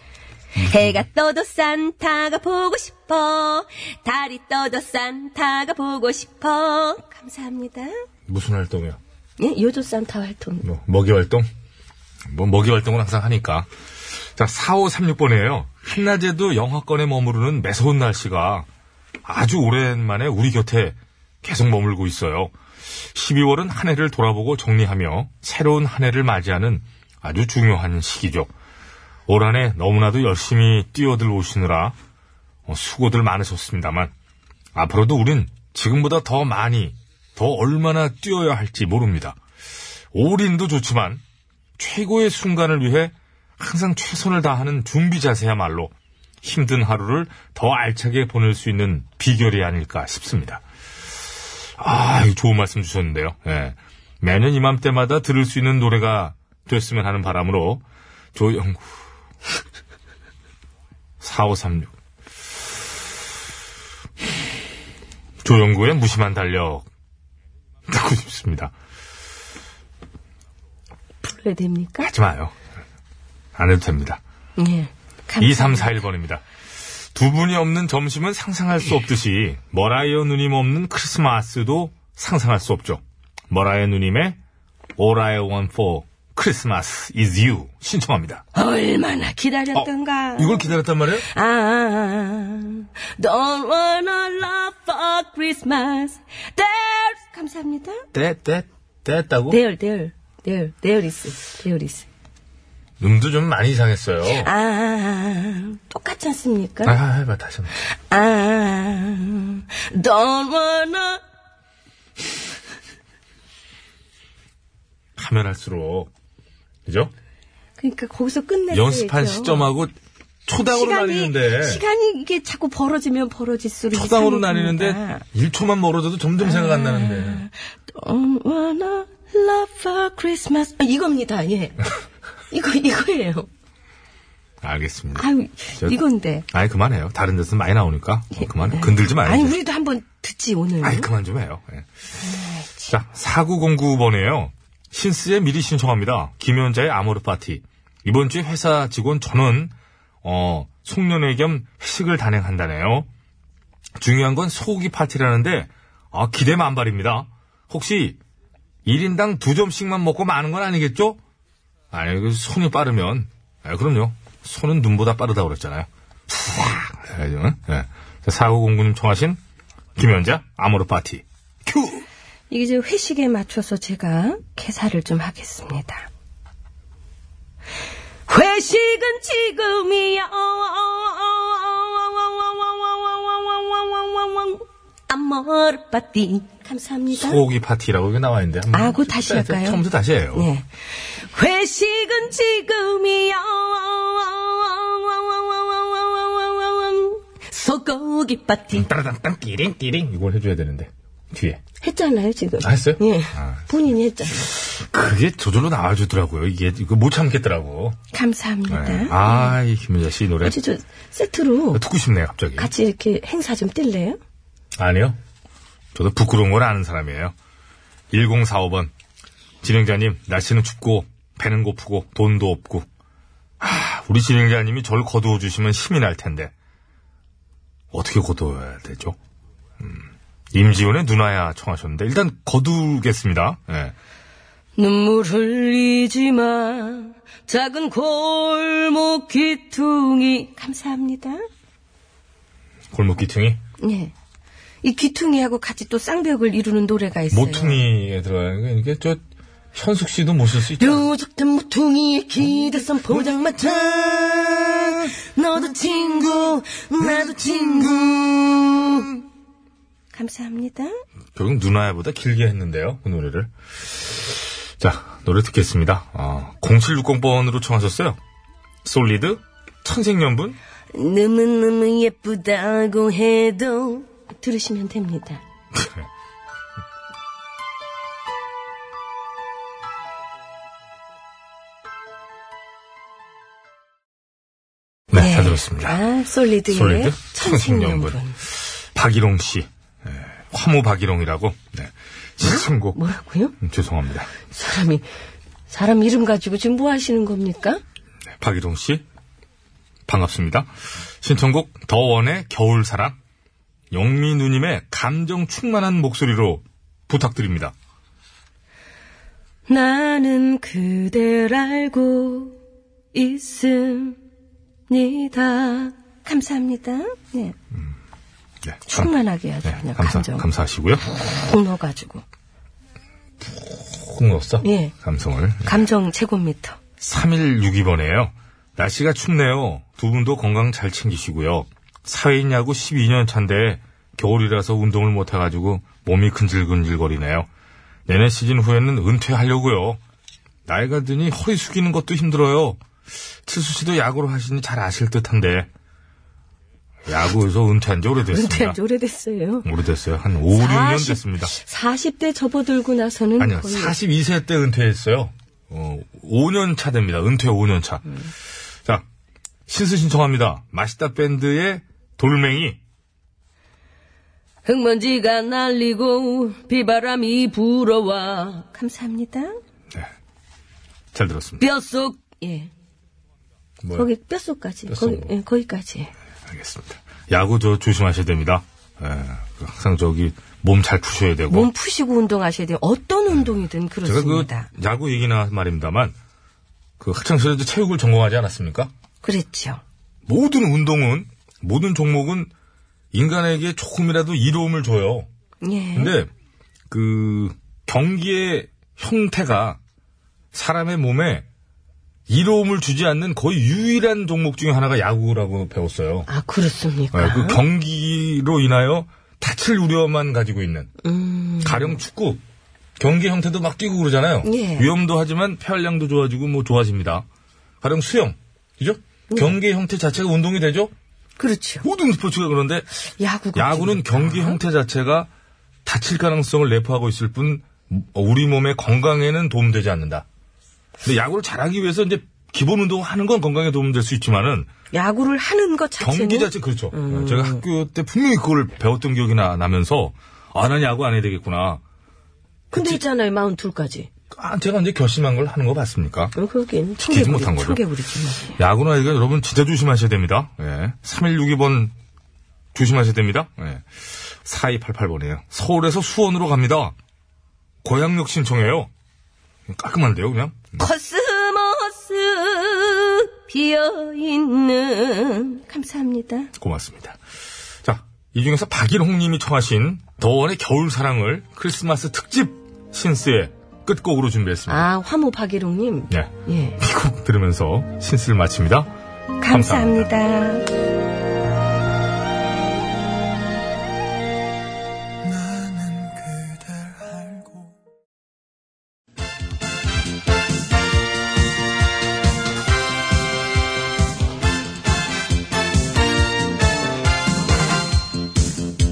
S1: 음.
S2: 해가 떠도 산타가 보고 싶어. 달이 떠도 산타가 보고 싶어. 감사합니다.
S1: 무슨 활동이야?
S2: 예, 요조 산타 활동.
S1: 뭐, 먹이 활동? 뭐, 먹이 활동은 항상 하니까. 자, 4536번이에요. 한낮에도 영하권에 머무르는 매서운 날씨가 아주 오랜만에 우리 곁에 계속 머물고 있어요. 12월은 한 해를 돌아보고 정리하며 새로운 한 해를 맞이하는 아주 중요한 시기죠. 올 한 해 너무나도 열심히 뛰어들 오시느라 어, 수고들 많으셨습니다만 앞으로도 우린 지금보다 더 많이, 더 얼마나 뛰어야 할지 모릅니다. 올인도 좋지만 최고의 순간을 위해 항상 최선을 다하는 준비 자세야말로 힘든 하루를 더 알차게 보낼 수 있는 비결이 아닐까 싶습니다. 아, 이거 좋은 말씀 주셨는데요. 예. 매년 이맘때마다 들을 수 있는 노래가 됐으면 하는 바람으로 조영구 4536 조영구의 무심한 달력 듣고 싶습니다.
S2: 불러야 됩니까?
S1: 하지 마요. 안 해도 됩니다.
S2: 예. 감-
S1: 2341번입니다. 두 분이 없는 점심은 상상할 수 없듯이 머라이어 누님 없는 크리스마스도 상상할 수 없죠. 머라이어 누님의 All I Want For Christmas Is You 신청합니다.
S2: 얼마나 기다렸던가.
S1: 이걸 기다렸단 말이에요?
S2: 아, don't wanna love for Christmas. There's 감사합니다.
S9: 떼, 떼, 떼했다고?
S2: 대열, 대열, 대열, 대열이스, 대열이스.
S1: 음도 좀 많이 이상했어요.
S2: 아, 똑같지 않습니까?
S1: 아, 해봐, 다시 한번.
S2: 아, don't wanna.
S1: 하면 할수록. 그죠?
S2: 그러니까 거기서 끝내야
S1: 연습한 시점하고 초당으로 나뉘는데.
S2: 시간이 이게 자꾸 벌어지면 벌어질수록
S1: 초당으로
S2: 이상해집니다.
S1: 나뉘는데 1초만 멀어져도 점점 생각 안 나는데.
S2: 아. Don't wanna love for Christmas. 아, 이겁니다. 예. 이거 이거예요.
S1: 알겠습니다.
S2: 아유,
S1: 저-
S2: 이건데.
S1: 아니 그만해요. 다른 데서 많이 나오니까 어, 그만 건들지 말아요.
S2: 예. 아니 우리도 한번 듣지 오늘.
S1: 아니 그만 좀 해요. 예. 자 4909번이에요. 신스에 미리 신청합니다. 김현자의 아모르 파티. 이번 주에 회사 직원 전원 어 송년회 겸 회식을 단행한다네요. 중요한 건 소고기 파티라는데 아 기대 만발입니다. 혹시 1인당 2점씩만 먹고 마는 건 아니겠죠? 아니 그 손이 빠르면 아, 그럼요. 손은 눈보다 빠르다고 그랬잖아요. 예, 예. 자, 4909님 청하신 김연자 아모르 파티.
S2: 이게 이제 회식에 맞춰서 제가 계산을 좀 하겠습니다. 회식은 지금이야. 아모르 파티 감사합니다.
S1: 소고기 파티라고 이게 나와 있는데. 한번
S2: 아, 그거 다시 할까요?
S1: 처음부터 다시 해요.
S2: 네. 회식은 지금이야. 소고기 파티.
S1: 음, 따라단땅 끼링 끼링 이걸 해줘야 되는데 뒤에.
S2: 했잖아요, 지금.
S1: 아, 했어요?
S2: 예.
S1: 아.
S2: 본인이 했잖아요.
S1: 그게 저절로 나와주더라고요. 이게 이거 못 참겠더라고.
S2: 감사합니다.
S1: 네. 아, 이 김연자 씨 노래
S2: 어제 저 세트로
S1: 듣고 싶네요, 갑자기.
S2: 같이 이렇게 행사 좀 뛸래요?
S1: 아니요. 저도 부끄러운 걸 아는 사람이에요. 1045번. 진행자님, 날씨는 춥고, 배는 고프고, 돈도 없고. 하, 우리 진행자님이 절 거두어 주시면 힘이 날 텐데. 어떻게 거두어야 되죠? 음, 임지훈의 누나야 청하셨는데, 일단 거두겠습니다. 예.
S2: 눈물 흘리지 마. 작은 골목 귀퉁이. 감사합니다.
S1: 골목 귀퉁이?
S2: 예. 이 귀퉁이하고 같이 또 쌍벽을 이루는 노래가 있어요.
S1: 모퉁이에 들어가는 게 이게 저 현숙 씨도 모실 수 있죠.
S2: 뾰족한 모퉁이에 기대선 포장마차. 너도 친구, 나도 친구. 감사합니다.
S1: 결국 누나야보다 길게 했는데요, 그 노래를. 자, 노래 듣겠습니다. 아, 0760번으로 청하셨어요. 솔리드, 천생연분,
S2: 너무너무 예쁘다고 해도 들으시면 됩니다.
S1: 네, 잘 들었습니다.
S2: 아, 솔리드의
S1: 솔리드?
S2: 천생연분.
S1: 천생연분. 박일홍 씨. 예, 화모 박일홍이라고. 네. 신청곡.
S2: 뭐라고요?
S1: 음, 죄송합니다.
S2: 사람이 사람 이름 가지고 지금 뭐 하시는 겁니까?
S1: 네, 박일홍 씨. 반갑습니다. 신청곡 더원의 겨울사랑. 영미 누님의 감정 충만한 목소리로 부탁드립니다.
S2: 나는 그댈 알고 있습니다. 감사합니다. 네,
S1: 네. 감-
S2: 충만하게 아주
S1: 네,
S2: 그냥
S1: 감사,
S2: 감정 네.
S1: 감사하시고요.
S2: 푹 넣어가지고
S1: 콕 넣었어?
S2: 예.
S1: 감성을.
S2: 감정 최고미터.
S1: 3162번이에요. 날씨가 춥네요. 두 분도 건강 잘 챙기시고요. 사회인 야구 12년 차인데 겨울이라서 운동을 못 해가지고 몸이 근질근질거리네요. 내년 시즌 후에는 은퇴하려고요. 나이가 드니 허리 숙이는 것도 힘들어요. 칠수 씨도 야구를 하시니 잘 아실 듯한데 야구에서 은퇴한 지 오래됐습니다.
S2: 은퇴한 지 오래됐어요.
S1: 오래됐어요. 한 5, 6년
S2: 40
S1: 됐습니다.
S2: 40대 접어들고 나서는
S1: 아니요,
S2: 음, 거의
S1: 42세 때 은퇴했어요. 어, 5년 차 됩니다. 은퇴 5년 차.
S2: 음.
S1: 자, 신스 신청합니다. 마시다 밴드의 돌멩이.
S2: 흙먼지가 날리고 비바람이 불어와. 감사합니다.
S1: 네, 잘 들었습니다.
S2: 뼛속 예
S1: 뭐야?
S2: 거기 뼛속까지 거기
S1: 뼛속으로.
S2: 예, 거기까지.
S1: 알겠습니다. 야구 저 조심하셔야 됩니다. 예, 그 항상 저기 몸 잘 푸셔야 되고.
S2: 몸 푸시고 운동하셔야 돼요. 어떤 운동이든
S1: 제가 그
S2: 그렇습니다.
S1: 야구 얘기나 말입니다만 그 학창시절에 체육을 전공하지 않았습니까?
S2: 그... 랬죠
S1: 모든 운동은 모든 종목은 인간에게 조금이라도 이로움을 줘요.
S2: 예.
S1: 근데 그 경기의 형태가 사람의 몸에 이로움을 주지 않는 거의 유일한 종목 중에 하나가 야구라고 배웠어요.
S2: 아 그렇습니까?
S1: 네, 그 경기로 인하여 다칠 우려만 가지고 있는
S2: 음.
S1: 가령 축구 경기 형태도 막 뛰고 그러잖아요.
S2: 예.
S1: 위험도 하지만 폐활량도 좋아지고 뭐 좋아집니다. 가령 수영 그죠?
S2: 예.
S1: 경기 형태 자체가 운동이 되죠.
S2: 그렇죠.
S1: 모든 스포츠가 그런데
S2: 야구가
S1: 야구는
S2: 중요하다.
S1: 경기 형태 자체가 다칠 가능성을 내포하고 있을 뿐 우리 몸의 건강에는 도움되지 않는다. 근데 야구를 잘하기 위해서 이제 기본 운동 하는 건 건강에 도움될 수 있지만은
S2: 야구를 하는 것 자체는
S1: 경기 자체 그렇죠. 제가 학교 때 분명히 그걸 배웠던 기억이 나, 나면서 아, 난 야구 안 해야 되겠구나.
S2: 근데 있잖아요. 마흔 둘까지.
S1: 아, 제가 이제 결심한 걸 하는 거 봤습니까?
S2: 어, 그러긴
S1: 지키지
S2: 청개구리,
S1: 못한 거죠.
S2: 청개구리지 뭐.
S1: 야구나 이거 여러분 진짜 조심하셔야 됩니다. 예. 3162번 조심하셔야 됩니다. 예. 4288번이에요. 서울에서 수원으로 갑니다. 고향역 신청해요. 깔끔한데요, 그냥?
S2: 코스모스 비어있는 감사합니다.
S1: 고맙습니다. 자, 이 중에서 박일홍 님이 청하신 더원의 겨울사랑을 크리스마스 특집 신스의 끝곡으로 준비했습니다.
S2: 아 화모 박일홍님
S10: 네.
S1: 예.
S2: 예
S1: 이곡 들으면서 신스를 마칩니다. 감사합니다.
S2: 감사합니다.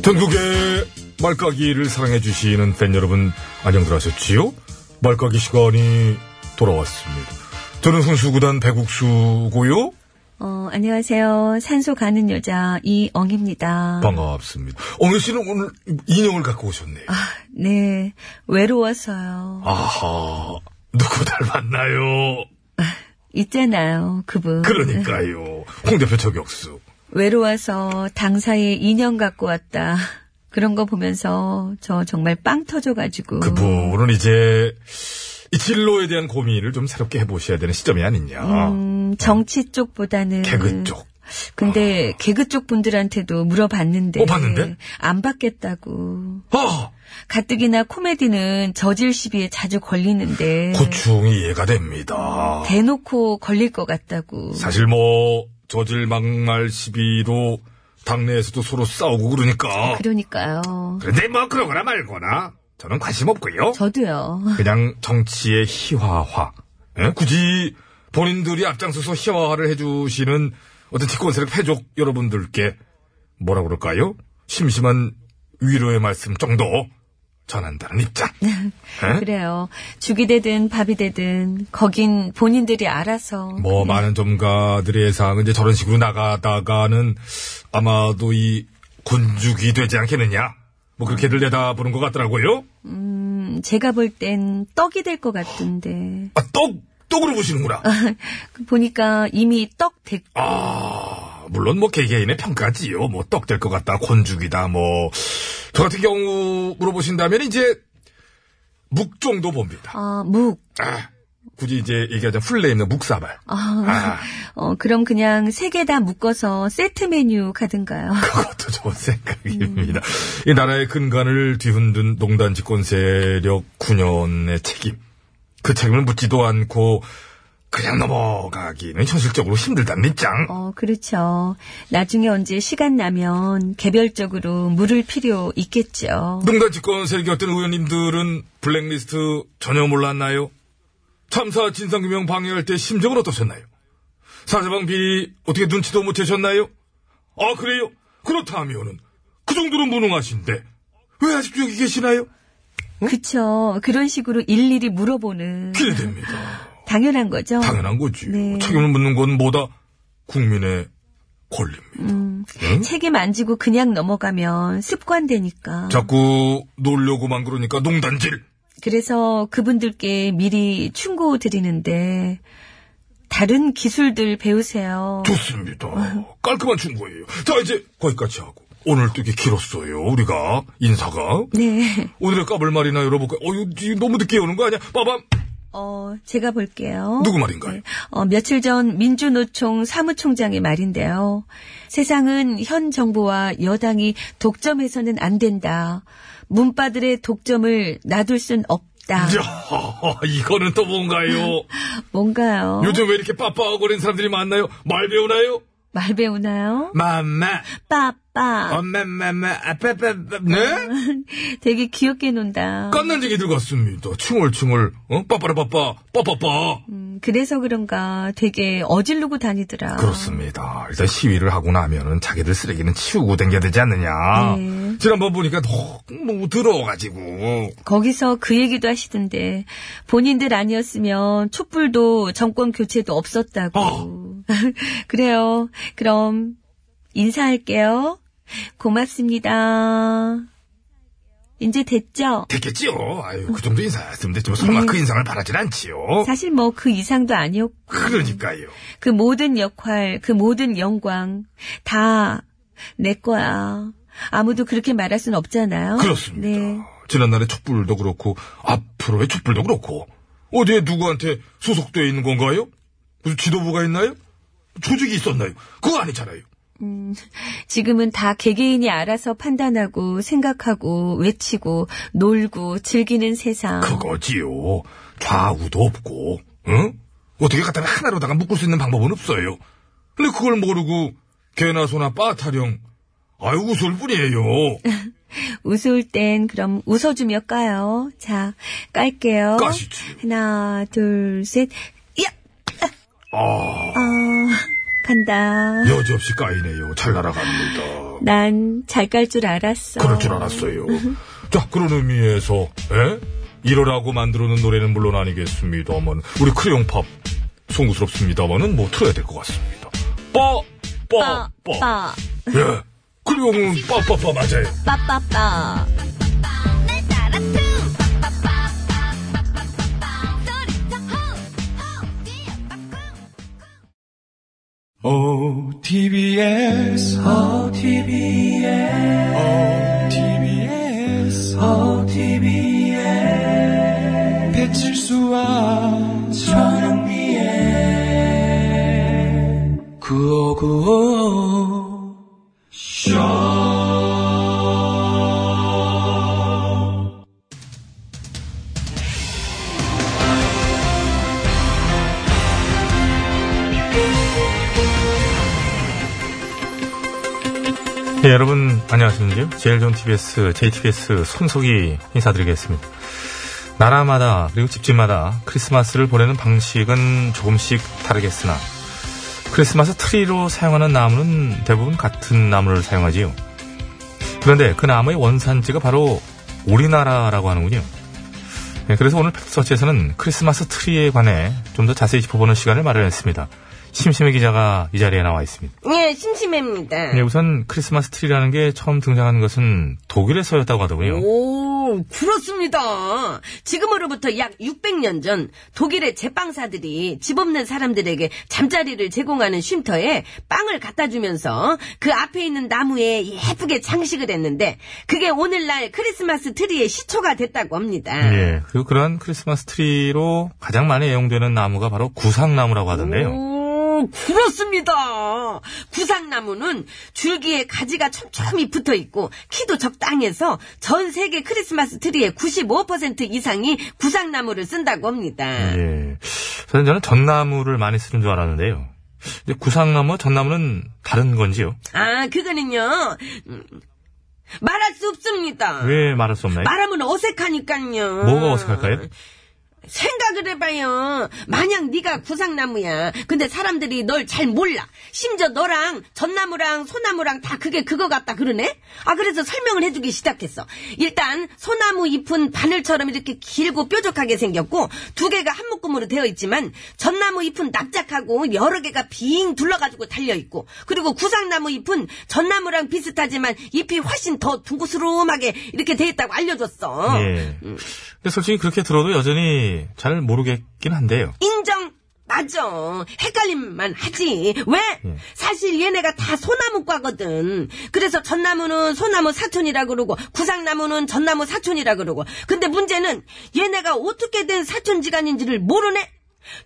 S1: 전국의 말까기를 사랑해주시는 팬 여러분, 안녕들 하셨지요? 말까기 시간이 돌아왔습니다. 저는 훈수구단 배국수고요.
S10: 어, 안녕하세요. 산소 가는 여자 이엉입니다.
S1: 반갑습니다. 엉여 씨는 오늘 인형을 갖고 오셨네요.
S2: 아.
S10: 네, 외로워서요.
S1: 아하, 누구 닮았나요?
S10: 있잖아요, 그분.
S1: 그러니까요. 홍 대표 저격수.
S10: 외로워서 당사에 인형 갖고 왔다. 그런 거 보면서 저 정말 빵 터져가지고.
S1: 그분은 이제 이 진로에 대한 고민을 좀 새롭게 해보셔야 되는 시점이 아니냐.
S10: 음, 정치 쪽보다는.
S1: 개그 쪽.
S10: 근데 개그 쪽 분들한테도 물어봤는데.
S1: 어, 봤는데?
S10: 안 받겠다고.
S1: 아,
S10: 가뜩이나 코미디는 저질 시비에 자주 걸리는데.
S1: 고충이 이해가 됩니다.
S2: 네.
S10: 대놓고 걸릴 것 같다고.
S1: 사실 뭐 저질 막말 시비로 당내에서도 서로 싸우고 그러니까.
S10: 그러니까요.
S1: 그런데 뭐 그러거나 말거나 저는 관심 없고요.
S10: 저도요.
S1: 그냥 정치의 희화화. 예? 굳이 본인들이 앞장서서 희화화를 해주시는 어떤 집권 세력 패족 여러분들께 뭐라 그럴까요? 심심한 위로의 말씀 정도 전한다는 입장. 예?
S10: 그래요. 죽이 되든 밥이 되든 거긴 본인들이 알아서.
S1: 뭐 많은 전문가들의 예상은 이제 저런 식으로 나가다가는 아마도 이 군죽이 되지 않겠느냐. 뭐 그렇게들 내다보는 것 같더라고요.
S10: 음, 제가 볼 땐 떡이 될 것 같던데.
S1: 아, 떡, 떡으로 보시는구나.
S10: 보니까 이미 떡 됐고.
S1: 아, 물론 뭐 개개인의 평가지요. 뭐 떡 될 것 같다, 곤죽이다, 뭐. 저 같은 경우 물어보신다면 이제 묵종도 봅니다.
S10: 아, 묵.
S1: 아, 굳이 이제 얘기하자면 풀네임은 묵사발.
S10: 아, 어, 그럼 그냥 세 개 다 묶어서 세트 메뉴 가든가요.
S1: 그것도 좋은 생각입니다. 이 나라의 근간을 뒤흔든 농단 집권 세력 9년의 책임. 그 책임을 묻지도 않고 그냥 넘어가기는 현실적으로 힘들다는 입장.
S10: 어, 그렇죠. 나중에 언제 시간 나면 개별적으로 물을 필요 있겠죠.
S1: 농단 집권 세력이었던 의원님들은 블랙리스트 전혀 몰랐나요? 참사 진상규명 방해할 때 심정은 어떠셨나요? 사자방 비리 어떻게 눈치도 못 채셨나요? 아 그래요? 그렇다면은 그 정도는 무능하신데 왜 아직도 여기 계시나요?
S10: 그쵸. 그런 식으로 일일이 물어보는.
S1: 기대됩니다.
S10: 당연한 거죠.
S1: 그 당연한 거지.
S10: 어. 네.
S1: 책임을 묻는 건 뭐다? 국민의 권리입니다. 응?
S10: 책임 안 지고 그냥 넘어가면 습관되니까.
S1: 자꾸 놀려고만 그러니까 농단질.
S10: 그래서 그분들께 미리 충고 드리는데 다른 기술들 배우세요.
S1: 좋습니다. 깔끔한 충고예요. 자 이제 거기까지 하고 오늘 되게 길었어요. 우리가 인사가
S10: 네.
S1: 오늘의 까불 말이나 열어볼까요? 어유 너무 늦게 오는 거 아니야? 빠밤
S10: 어, 제가 볼게요.
S1: 누구 말인가요?
S10: 어, 며칠 전 민주노총 사무총장의 말인데요. 세상은 현 정부와 여당이 독점해서는 안 된다. 문바들의 독점을 놔둘 순 없다.
S1: 야 이거는 또 뭔가요?
S10: 뭔가요?
S1: 요즘 왜 이렇게 빠빠거리는 사람들이 많나요? 말 배우나요?
S10: 말 배우나요?
S1: 맘마 아.
S10: 빠빠.
S1: 엄마마마 아빠빠빠 네?
S10: 되게 귀엽게 논다.
S1: 깐난쟁이들 같습니다. 칭얼칭얼, 어? 빠빠라빠빠, 빠빠빠.
S10: 음, 그래서 그런가 되게 어질르고 다니더라.
S1: 그렇습니다. 일단 시위를 하고 나면은 자기들 쓰레기는 치우고 댕겨야 되지 않느냐.
S10: 네.
S1: 지난번 보니까 뭐, 너무 더러워가지고.
S10: 거기서 그 얘기도 하시던데 본인들 아니었으면 촛불도 정권 교체도 없었다고.
S1: 아.
S10: 그래요. 그럼 인사할게요. 고맙습니다. 이제 됐죠?
S1: 됐겠지요? 아유, 그 정도 인사였으면 됐지. 뭐 설마 그 인상을 바라진 않지요?
S10: 사실 뭐 그 이상도 아니었고
S1: 그러니까요.
S10: 그 모든 역할, 그 모든 영광 다 내 거야. 아무도 그렇게 말할 순 없잖아요.
S1: 그렇습니다.
S10: 네.
S1: 지난날의 촛불도 그렇고, 앞으로의 촛불도 그렇고, 어디에 누구한테 소속되어 있는 건가요? 무슨 지도부가 있나요? 조직이 있었나요? 그거 아니잖아요.
S10: 지금은 다 개개인이 알아서 판단하고 생각하고 외치고 놀고 즐기는 세상.
S1: 그거지요. 좌우도 없고, 응? 어떻게 갖다 하나로다가 묶을 수 있는 방법은 없어요. 근데 그걸 모르고, 개나 소나 빠타령, 아유, 웃을 뿐이에요.
S10: 웃을 땐 그럼 웃어주며 까요. 자, 깔게요.
S1: 까시지.
S10: 하나, 둘, 셋. 야!
S1: 아,
S10: 아, 간다.
S1: 여지없이 까이네요. 잘 날아갑니다.
S10: 난 잘 깔 줄 알았어.
S1: 그럴 줄 알았어요. 자, 그런 의미에서, 예? 이러라고 만들어 놓은 노래는 물론 아니겠습니다만, 우리 크레용팝, 송구스럽습니다만은 뭐 틀어야 될 것 같습니다. 빠, 빠, 어, 빠.
S10: 빠,
S1: 예. 크레용은 빠, 빠, 빠 맞아요.
S10: 빠, 빠, 빠.
S4: OTBS, OTBS, OTBS, OTBS, 배칠
S6: 배칠수와 전영미의 구호구호 쇼
S1: 예, 여러분 안녕하십니까? 제일 좋은 TBS, JTBS 손석희 인사드리겠습니다. 나라마다 그리고 집집마다 크리스마스를 보내는 방식은 조금씩 다르겠으나 크리스마스 트리로 사용하는 나무는 대부분 같은 나무를 사용하지요. 그런데 그 나무의 원산지가 바로 우리나라라고 하는군요. 예, 그래서 오늘 팩트서치에서는 크리스마스 트리에 관해 좀 더 자세히 짚어보는 시간을 마련했습니다. 심심해 기자가 이 자리에 나와 있습니다.
S2: 예, 심심해입니다.
S1: 예, 우선 크리스마스 트리라는 게 처음 등장한 것은 독일에서였다고 하더군요.
S2: 오, 그렇습니다. 지금으로부터 약 600년 전 독일의 제빵사들이 집 없는 사람들에게 잠자리를 제공하는 쉼터에 빵을 갖다 주면서 그 앞에 있는 나무에 예쁘게 장식을 했는데 그게 오늘날 크리스마스 트리의 시초가 됐다고 합니다.
S1: 예, 그리고 그런 크리스마스 트리로 가장 많이 애용되는 나무가 바로 구상나무라고 하던데요.
S2: 오, 그렇습니다. 구상나무는 줄기에 가지가 촘촘히 붙어 있고 키도 적당해서 전 세계 크리스마스 트리의 95% 이상이 구상나무를 쓴다고 합니다.
S1: 예, 저는 저는 전나무를 많이 쓰는 줄 알았는데요. 근데 구상나무, 전나무는 다른 건지요?
S2: 아, 그거는요. 음, 말할 수 없습니다.
S1: 왜 말할 수 없나요?
S2: 말하면 어색하니까요.
S1: 뭐가 어색할까요?
S2: 생각을 해봐요. 만약 네가 구상나무야. 근데 사람들이 널 잘 몰라. 심지어 너랑 전나무랑 소나무랑 다 그게 그거 같다 그러네? 아 그래서 설명을 해주기 시작했어. 일단 소나무 잎은 바늘처럼 이렇게 길고 뾰족하게 생겼고 두 개가 한 묶음으로 되어 있지만 전나무 잎은 납작하고 여러 개가 빙 둘러가지고 달려있고 그리고 구상나무 잎은 전나무랑 비슷하지만 잎이 훨씬 더 둥그스름하게 이렇게 돼 있다고 알려줬어. 음.
S1: 예. 근데 솔직히 그렇게 들어도 여전히 잘 모르겠긴 한데요.
S2: 인정 맞아 헷갈림만 하지 왜 사실 얘네가 다 소나무과거든 그래서 전나무는 소나무 사촌이라 그러고 구상나무는 전나무 사촌이라 그러고 근데 문제는 얘네가 어떻게 된 사촌지간인지를 모르네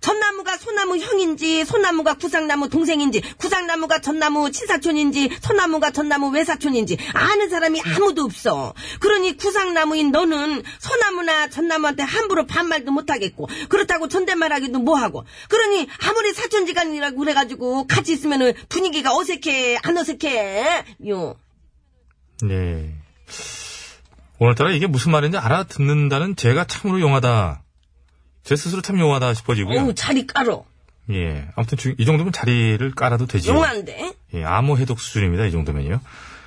S2: 전나무가 소나무 형인지 소나무가 구상나무 동생인지 구상나무가 전나무 친사촌인지 소나무가 전나무 외사촌인지 아는 사람이 아무도 없어 그러니 구상나무인 너는 소나무나 전나무한테 함부로 반말도 못하겠고 그렇다고 존댓말하기도 뭐하고 그러니 아무리 사촌지간이라고 그래가지고 같이 있으면 분위기가 어색해 안 어색해 요
S1: 네. 오늘따라 이게 무슨 말인지 알아듣는다는 제가 참으로 용하다. 제 스스로 참 용하다 싶어지고요.
S2: 어우 자리 깔어
S1: 예. 아무튼 주- 이 정도면 자리를 깔아도 되지요.
S2: 용한데
S1: 예, 암호 해독 수준입니다. 이 정도면요.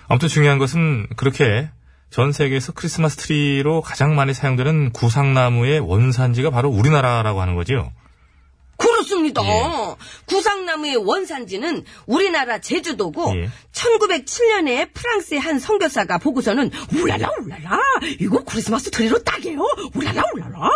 S1: 아무튼 중요한 것은 그렇게 전 세계에서 크리스마스 트리로 가장 많이 사용되는 구상나무의 원산지가 바로 우리나라라고 하는 거지요.
S2: 그렇습니다.
S1: 예.
S2: 구상나무의 원산지는 우리나라 제주도고
S1: 예.
S2: 1907년에 프랑스의 한 선교사가 보고서는 울랄라 울랄라 이거 크리스마스 트리로 딱이에요. 울랄라 울랄라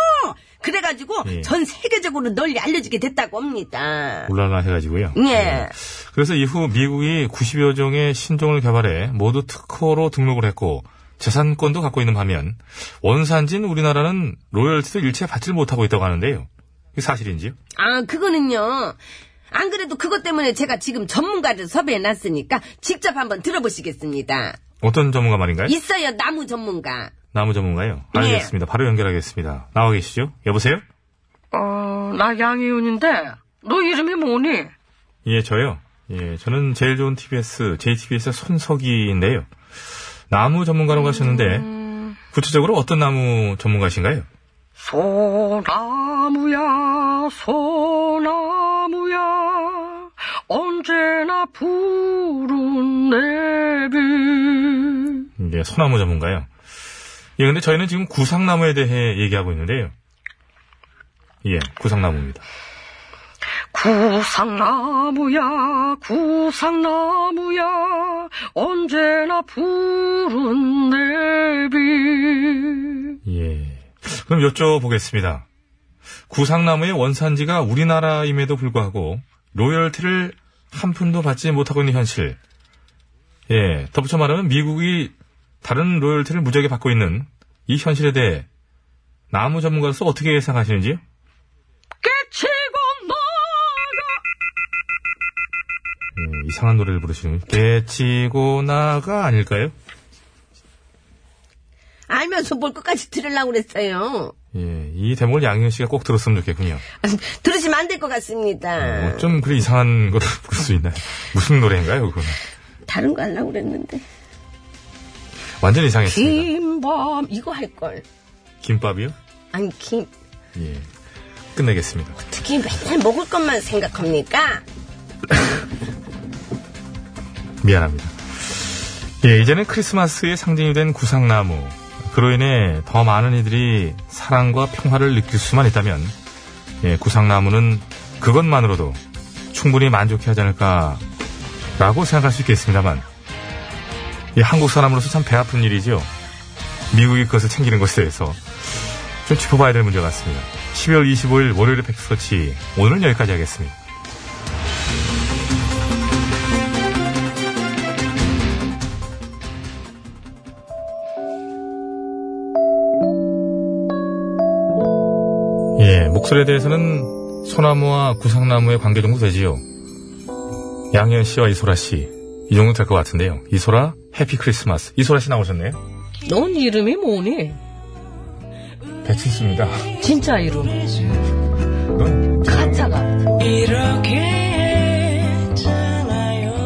S2: 그래가지고
S1: 예.
S2: 전 세계적으로 널리 알려지게 됐다고 합니다.
S1: 울랄라 해가지고요.
S2: 예.
S1: 그래서 이후 미국이 90여 종의 신종을 개발해 모두 특허로 등록을 했고 재산권도 갖고 있는 반면 원산지인 우리나라는 로열티도 일체 받지 못하고 있다고 하는데요. 이게 사실인지요?
S2: 아 그거는요. 안 그래도 그것 때문에 제가 지금 전문가를 섭외해놨으니까 직접 한번 들어보시겠습니다.
S1: 어떤 전문가 말인가요?
S2: 있어요 나무 전문가.
S1: 나무 전문가요?
S2: 예.
S1: 알겠습니다. 바로 연결하겠습니다. 나와 계시죠? 여보세요?
S11: 어, 나 양희은인데, 너 이름이 뭐니?
S1: 예, 저요. 예, 저는 제일 좋은 TBS, JTBS 의 손석희인데요. 나무 전문가라고 하셨는데, 구체적으로 어떤 나무 전문가신가요?
S11: 소나무야, 소나무야, 언제나 푸른 내비.
S1: 예, 소나무 전문가요. 예, 근데 저희는 지금 구상나무에 대해 얘기하고 있는데요. 예, 구상나무입니다.
S11: 구상나무야, 구상나무야, 언제나 푸른 내비.
S1: 예. 그럼 여쭤보겠습니다. 구상나무의 원산지가 우리나라임에도 불구하고 로열티를 한 푼도 받지 못하고 있는 현실. 예, 덧붙여 말하면 미국이 다른 로열티를 무지하게 받고 있는 이 현실에 대해 나무 전문가로서 어떻게 생각하시는지요?
S12: 깨치고
S1: 음, 이상한 노래를 부르시는 개치고 나가 아닐까요?
S13: 알면서 뭘 끝까지 들으려고 그랬어요.
S1: 예, 이 대목을 양희은 씨가 꼭 들었으면 좋겠군요.
S13: 들으시면 안 될 것 같습니다.
S2: 네.
S1: 어쩜 그리 이상한 거를 부를 수 있나요? 무슨 노래인가요, 그거는?
S13: 다른 거 하려고 그랬는데.
S1: 완전 이상했습니다.
S13: 김밥, 이거 할걸.
S1: 김밥이요?
S13: 아니, 김,
S1: 예. 끝내겠습니다.
S13: 어떻게 맨날 먹을 것만 생각합니까?
S1: 미안합니다. 예, 이제는 크리스마스의 상징이 된 구상나무. 그로 인해 더 많은 이들이 사랑과 평화를 느낄 수만 있다면, 예, 구상나무는 그것만으로도 충분히 만족해 하지 않을까, 라고 생각할 수 있겠습니다만, 이 한국 사람으로서 참 배 아픈 일이죠. 미국이 그것을 챙기는 것에 대해서 좀 짚어봐야 될 문제 같습니다. 12월 25일 월요일의 팩스터치, 오늘은 여기까지 하겠습니다. 예, 목소리에 대해서는 소나무와 구상나무의 관계 정도 되지요. 양현 씨와 이소라 씨, 이 정도 될 것 같은데요. 이소라, 해피 크리스마스. 이소라 씨 나오셨네요.
S2: 넌 이름이 뭐니?
S1: 백신수입니다.
S2: 진짜 이름.
S1: 넌
S2: 가짜가.
S4: 이렇게 달아요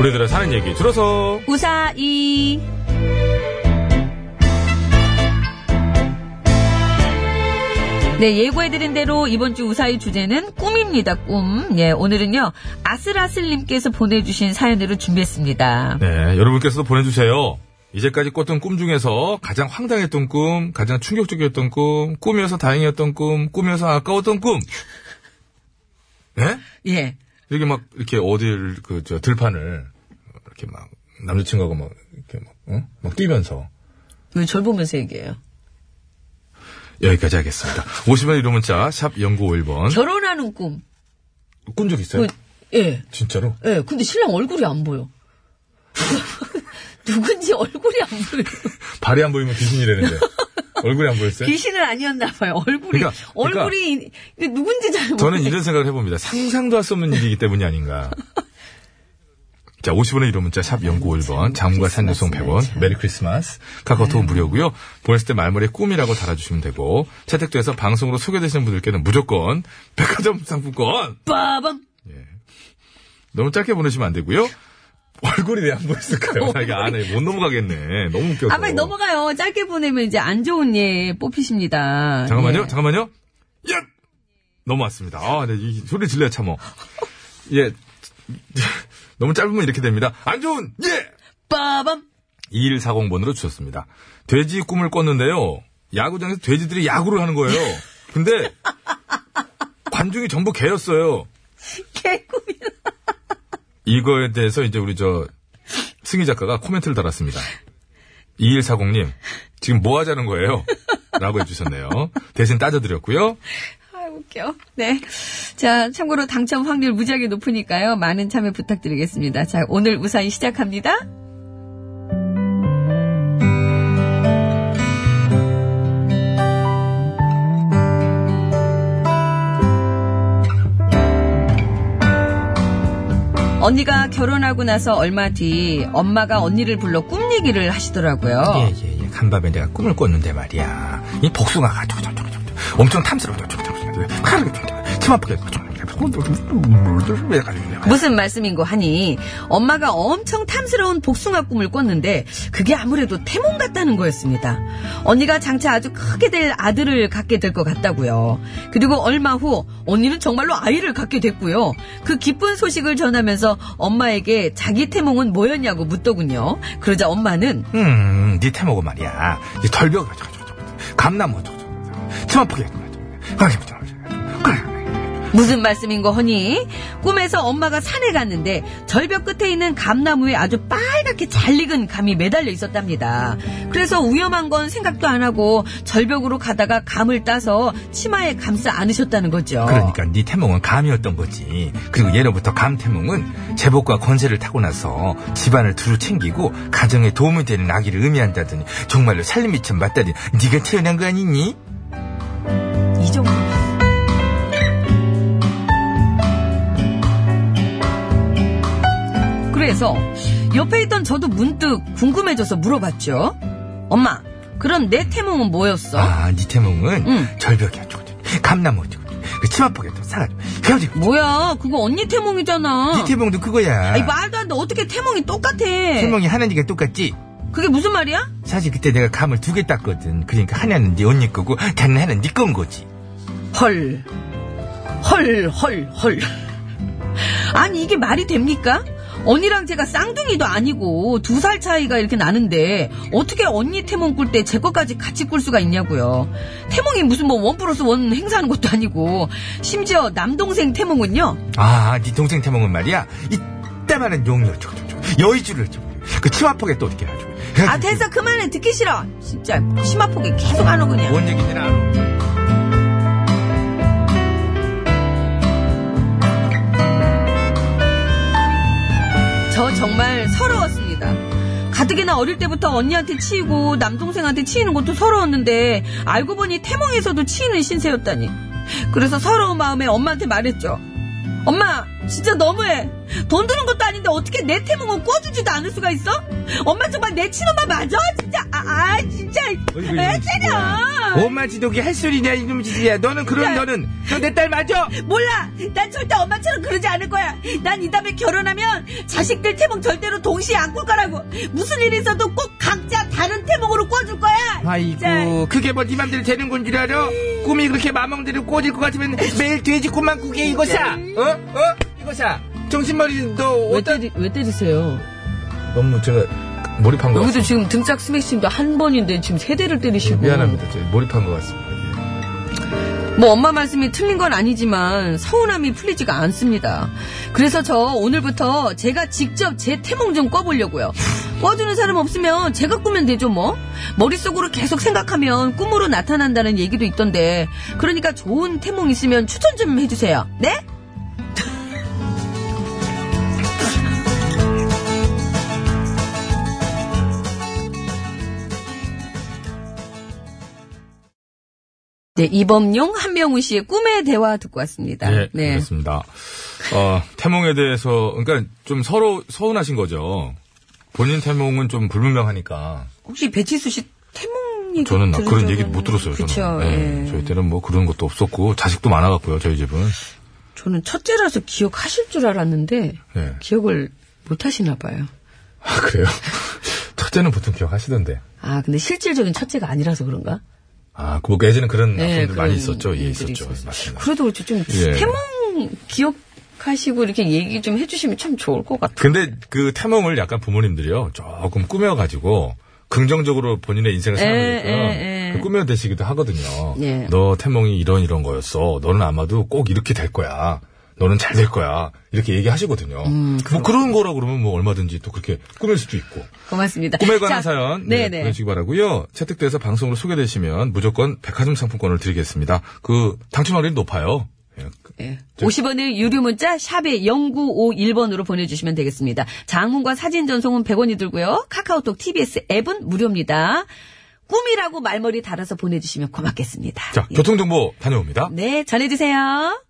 S1: 우리들의 사는 얘기 줄어서
S10: 우사이. 네, 예고해드린 대로 이번 주 우사의 주제는 꿈입니다, 꿈. 예, 오늘은요, 아슬아슬님께서 보내주신 사연으로 준비했습니다.
S1: 네, 여러분께서도 보내주세요. 이제까지 꿨던 꿈 중에서 가장 황당했던 꿈, 가장 충격적이었던 꿈, 꿈이어서 다행이었던 꿈, 꿈이어서 아까웠던 꿈. 네?
S14: 예.
S1: 이렇게 막 이렇게 어딜 그 저 들판을 이렇게 막 남자친구하고 막 이렇게 막, 어? 막 뛰면서
S14: 왜 절 보면서 얘기해요?
S1: 여기까지 하겠습니다. 50원 1호 문자 샵 0951번.
S14: 결혼하는 꿈.
S1: 꾼 적 있어요?
S14: 그, 예.
S1: 진짜로?
S14: 예. 근데 신랑 얼굴이 안 보여. 누군지 얼굴이 안 보여.
S1: 발이 안 보이면 귀신이라는데. 얼굴이 안 보였어요?
S14: 귀신은 아니었나 봐요. 얼굴이
S1: 그러니까, 그러니까
S14: 얼굴이 근데 누군지 잘 모르.
S1: 저는 이런 생각을 해봅니다. 상상도 할 수 없는 일이기 때문이 아닌가. 자, 50원의 1호 문자, 샵 0951번, 장문과 산유송
S14: 네.
S1: 100원, 메리 크리스마스, 카카오톡 무료고요 보냈을 때 말머리에 꿈이라고 달아주시면 되고, 채택돼서 방송으로 소개되시는 분들께는 무조건 백화점 상품권!
S14: 빠밤.
S1: 너무 짧게 보내시면 안 되고요 얼굴이 왜 안 보였을까요? 나 이게 안 해. 못 넘어가겠네. 너무 웃겨서.
S14: 아 빨리 넘어가요. 짧게 보내면 이제 안 좋은 예 뽑히십니다.
S1: 잠깐만요,
S14: 예.
S1: 잠깐만요. 예! 넘어왔습니다. 아, 네, 이 소리 질러야 참어. 예. 너무 짧으면 이렇게 됩니다. 안 좋은! 예!
S14: 빠밤.
S1: 2140번으로 주셨습니다. 돼지 꿈을 꿨는데요. 야구장에서 돼지들이 야구를 하는 거예요. 근데 관중이 전부 개였어요.
S14: 개꿈이야.
S1: 이거에 대해서 이제 우리 저 승희 작가가 코멘트를 달았습니다. 2140님, 지금 뭐 하자는 거예요? 라고 해주셨네요. 대신 따져드렸고요.
S10: 아, 웃겨. 네. 자, 참고로 당첨 확률 무지하게 높으니까요. 많은 참여 부탁드리겠습니다. 자, 오늘 우사히 시작합니다. 언니가 결혼하고 나서 얼마 뒤 엄마가 언니를 불러 꿈 얘기를 하시더라고요.
S1: 예, 예. 간밤에 내가 꿈을 꿨는데 말이야. 이 복숭아가 엄청 탐스러워. 침 아프게. 네.
S10: 무슨 말씀인고 하니 엄마가 엄청 탐스러운 복숭아 꿈을 꿨는데 그게 아무래도 태몽 같다는 거였습니다. 언니가 장차 아주 크게 될 아들을 갖게 될 것 같다고요. 그리고 얼마 후 언니는 정말로 아이를 갖게 됐고요. 그 기쁜 소식을 전하면서 엄마에게 자기 태몽은 뭐였냐고 묻더군요. 그러자 엄마는
S1: 음, 니태 먹어 말이야. 이 덜벽,
S9: 뭐 아,
S1: 감나무, 침 아프게. 그래,
S10: 무슨 말씀인 거 허니? 꿈에서 엄마가 산에 갔는데 절벽 끝에 있는 감나무에 아주 빨갛게 잘 익은 감이 매달려 있었답니다. 그래서 위험한 건 생각도 안 하고 절벽으로 가다가 감을 따서 치마에 감싸 안으셨다는 거죠.
S9: 그러니까 네 태몽은 감이었던 거지. 그리고 예로부터 감 태몽은 제복과 권세를 타고 나서 집안을 두루 챙기고 가정에 도움이 되는 아기를 의미한다더니 정말로 살림미천 맞다니 네가 태어난 거 아니니?
S10: 이 정도. 그래서 옆에 있던 저도 문득 궁금해져서 물어봤죠. 엄마, 그럼 내 태몽은 뭐였어?
S9: 아, 네 태몽은 절벽이 어쩌고 저쩌고 감나무 어쩌고 저쩌고 그 치마폭에도 사가지고 헤어지고
S10: 네. 뭐야, 그거 언니 태몽이잖아.
S9: 네 태몽도 그거야.
S10: 아니, 말도 안 돼. 어떻게 태몽이 똑같아?
S9: 태몽이 하나니까 똑같지?
S10: 그게 무슨 말이야?
S9: 사실 그때 내가 감을 두 개 땄거든. 그러니까 하나는 네 언니 거고 다른 하나는 네 건 거지.
S10: 헐. 헐, 헐, 헐. 아니, 이게 말이 됩니까? 언니랑 제가 쌍둥이도 아니고 두 살 차이가 이렇게 나는데 어떻게 언니 태몽 꿀 때 제 것까지 같이 꿀 수가 있냐고요. 태몽이 무슨 뭐 원 플러스 원 행사하는 것도 아니고 심지어 남동생 태몽은요.
S9: 아, 네 동생 태몽은 말이야. 이따만한 용이 어쩌고 저쩌고 여의주를 어쩌고 그 치마폭에 또 어떻게 해가지고
S10: 아 됐어 그만해 듣기 싫어. 진짜 치마 폭이 계속 안 오고 그냥.
S9: 뭔 얘기인지는 알아.
S10: 저 정말 서러웠습니다. 가뜩이나 어릴 때부터 언니한테 치이고 남동생한테 치이는 것도 서러웠는데 알고 보니 태몽에서도 치이는 신세였다니. 그래서 서러운 마음에 엄마한테 말했죠. 엄마 진짜 너무해. 돈 드는 것도 아닌데 어떻게 내 태몽은 꿔주지도 않을 수가 있어? 엄마 정말 내 친엄마 맞아? 진짜 아, 아, 진짜
S9: 어이구,
S10: 왜
S9: 이놈의
S10: 때려?
S9: 엄마 지독이 할 소리냐 이놈 짓이야. 너는 그런 너는 너 내 딸 맞아?
S10: 몰라. 난 절대 엄마처럼 그러지 않을 거야. 난 이 다음에 결혼하면 자식들 태몽 절대로 동시에 안 꿀 거라고. 무슨 일이 있어도 꼭 각자 다른 태몽으로 꿔줄 거야. 진짜.
S9: 아이고 그게 뭐네 맘대로 되는 건 줄 알아? 꿈이 그렇게 마음대로 꽂을 것 같으면 매일 돼지 꿈만 꾸게 이거 사. 어? 어? 이거 사. 정신머리 너
S2: 왜,
S9: 어떤
S2: 때리, 왜 때리세요?
S1: 너무 제가 몰입한 것
S2: 여기서
S1: 같습니다.
S2: 지금 등짝 스매싱도 한 번인데 지금 세 대를 때리시고.
S1: 미안합니다. 제가 몰입한 것 같습니다. 예.
S10: 뭐 엄마 말씀이 틀린 건 아니지만 서운함이 풀리지가 않습니다. 그래서 저 오늘부터 제가 직접 제 태몽 좀 꿔보려고요. 꿔주는 사람 없으면 제가 꾸면 되죠 뭐. 머릿속으로 계속 생각하면 꿈으로 나타난다는 얘기도 있던데 그러니까 좋은 태몽 있으면 추천 좀 해주세요. 네? 네, 이범용 한명우 씨의 꿈의 대화 듣고 왔습니다. 네.
S1: 예, 그렇습니다. 어, 태몽에 대해서, 그러니까 좀 서로 서운하신 거죠. 본인 태몽은 좀 불분명하니까.
S10: 혹시 배치수 씨 태몽 얘기
S1: 저는 나
S10: 들은
S1: 그런
S10: 적은-
S1: 얘기 못 들었어요.
S10: 그쵸,
S1: 저는. 예,
S10: 예.
S1: 저희 때는 뭐 그런 것도 없었고 자식도 많아갖고요. 저희 집은.
S2: 저는 첫째라서 기억하실 줄 알았는데
S1: 예.
S2: 기억을 못 하시나 봐요.
S1: 아 그래요? 첫째는 보통 기억하시던데.
S2: 아 근데 실질적인 첫째가 아니라서 그런가?
S1: 아, 그, 뭐 예전에 그런
S2: 네,
S1: 아픔들 많이
S2: 그런
S1: 있었죠. 예,
S2: 일들이
S1: 있었죠.
S2: 있었어요.
S1: 맞습니다.
S2: 그래도 그렇지 좀
S1: 예.
S2: 태몽 기억하시고 이렇게 얘기 좀 해주시면 참 좋을 것 같아요.
S1: 근데 그 태몽을 약간 부모님들이요. 조금 꾸며가지고 긍정적으로 본인의 인생을
S2: 에, 에, 에.
S1: 살아보니까 그 꾸며대시기도 하거든요.
S2: 예.
S1: 너 태몽이 이런 이런 거였어. 너는 아마도 꼭 이렇게 될 거야. 너는 잘 될 거야. 이렇게 얘기하시거든요. 뭐 그런 거라 그러면 뭐 얼마든지 또 그렇게 꾸밀 수도 있고.
S10: 고맙습니다.
S1: 그 꿈에 관한
S10: 자,
S1: 사연 네,
S10: 네네.
S1: 보내주시기 바라고요. 채택돼서 방송으로 소개되시면 무조건 백화점 상품권을 드리겠습니다. 그 당첨 확률이 높아요. 예, 그-
S10: 50원의 유료 문자 샵에 0951번으로 보내주시면 되겠습니다. 장문과 사진 전송은 100원이 들고요. 카카오톡 TBS 앱은 무료입니다. 꿈이라고 말머리 달아서 보내주시면 고맙겠습니다.
S1: 자,
S10: 예.
S1: 교통정보 다녀옵니다.
S10: 네, 전해주세요.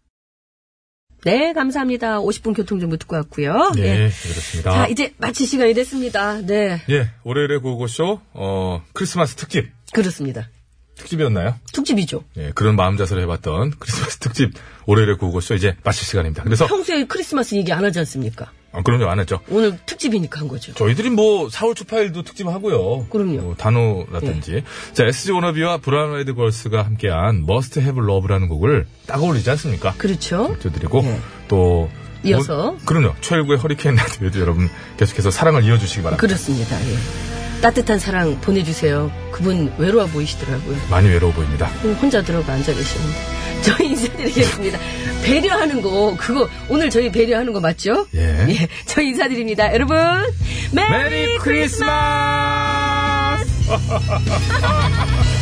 S2: 네 감사합니다. 50분 교통정보 듣고 왔고요.
S1: 네,
S2: 예.
S1: 그렇습니다.
S2: 자 이제 마칠 시간이 됐습니다. 네
S1: 예, 월요일에 고고쇼, 어, 크리스마스 특집.
S2: 그렇습니다.
S1: 특집이었나요?
S2: 특집이죠.
S1: 예, 그런 마음 자세로 해봤던 크리스마스 특집, 월요일에 고고쇼 이제 마칠 시간입니다. 그래서,
S2: 평소에 크리스마스 얘기 안 하지 않습니까?
S1: 아, 그럼요, 안 했죠.
S2: 오늘 특집이니까 한 거죠.
S1: 저희들이 뭐, 4월 초파일도 특집하고요.
S2: 그럼요.
S1: 뭐 단호라든지. 자, SG 워너비와 브라운 아이드 걸스가 함께한 머스트 해블 러브라는 곡을 딱 어울리지 않습니까?
S2: 그렇죠.
S1: 드리고 또,
S2: 이어서.
S1: 뭐- 그럼요. 최일구의 허리케인 라디오에도 여러분 계속해서 사랑을 이어주시기 바랍니다.
S2: 그렇습니다. 예. 따뜻한 사랑 보내주세요. 그분 외로워 보이시더라고요.
S1: 많이 외로워 보입니다.
S2: 그럼 음, 혼자 들어가 앉아 계시는데. 저희 인사드리겠습니다. 배려하는 거, 그거, 오늘 저희 배려하는 거 맞죠?
S1: 예.
S2: 저희 인사드립니다. 여러분, 메리,
S1: 메리 크리스마스!
S2: 크리스마스!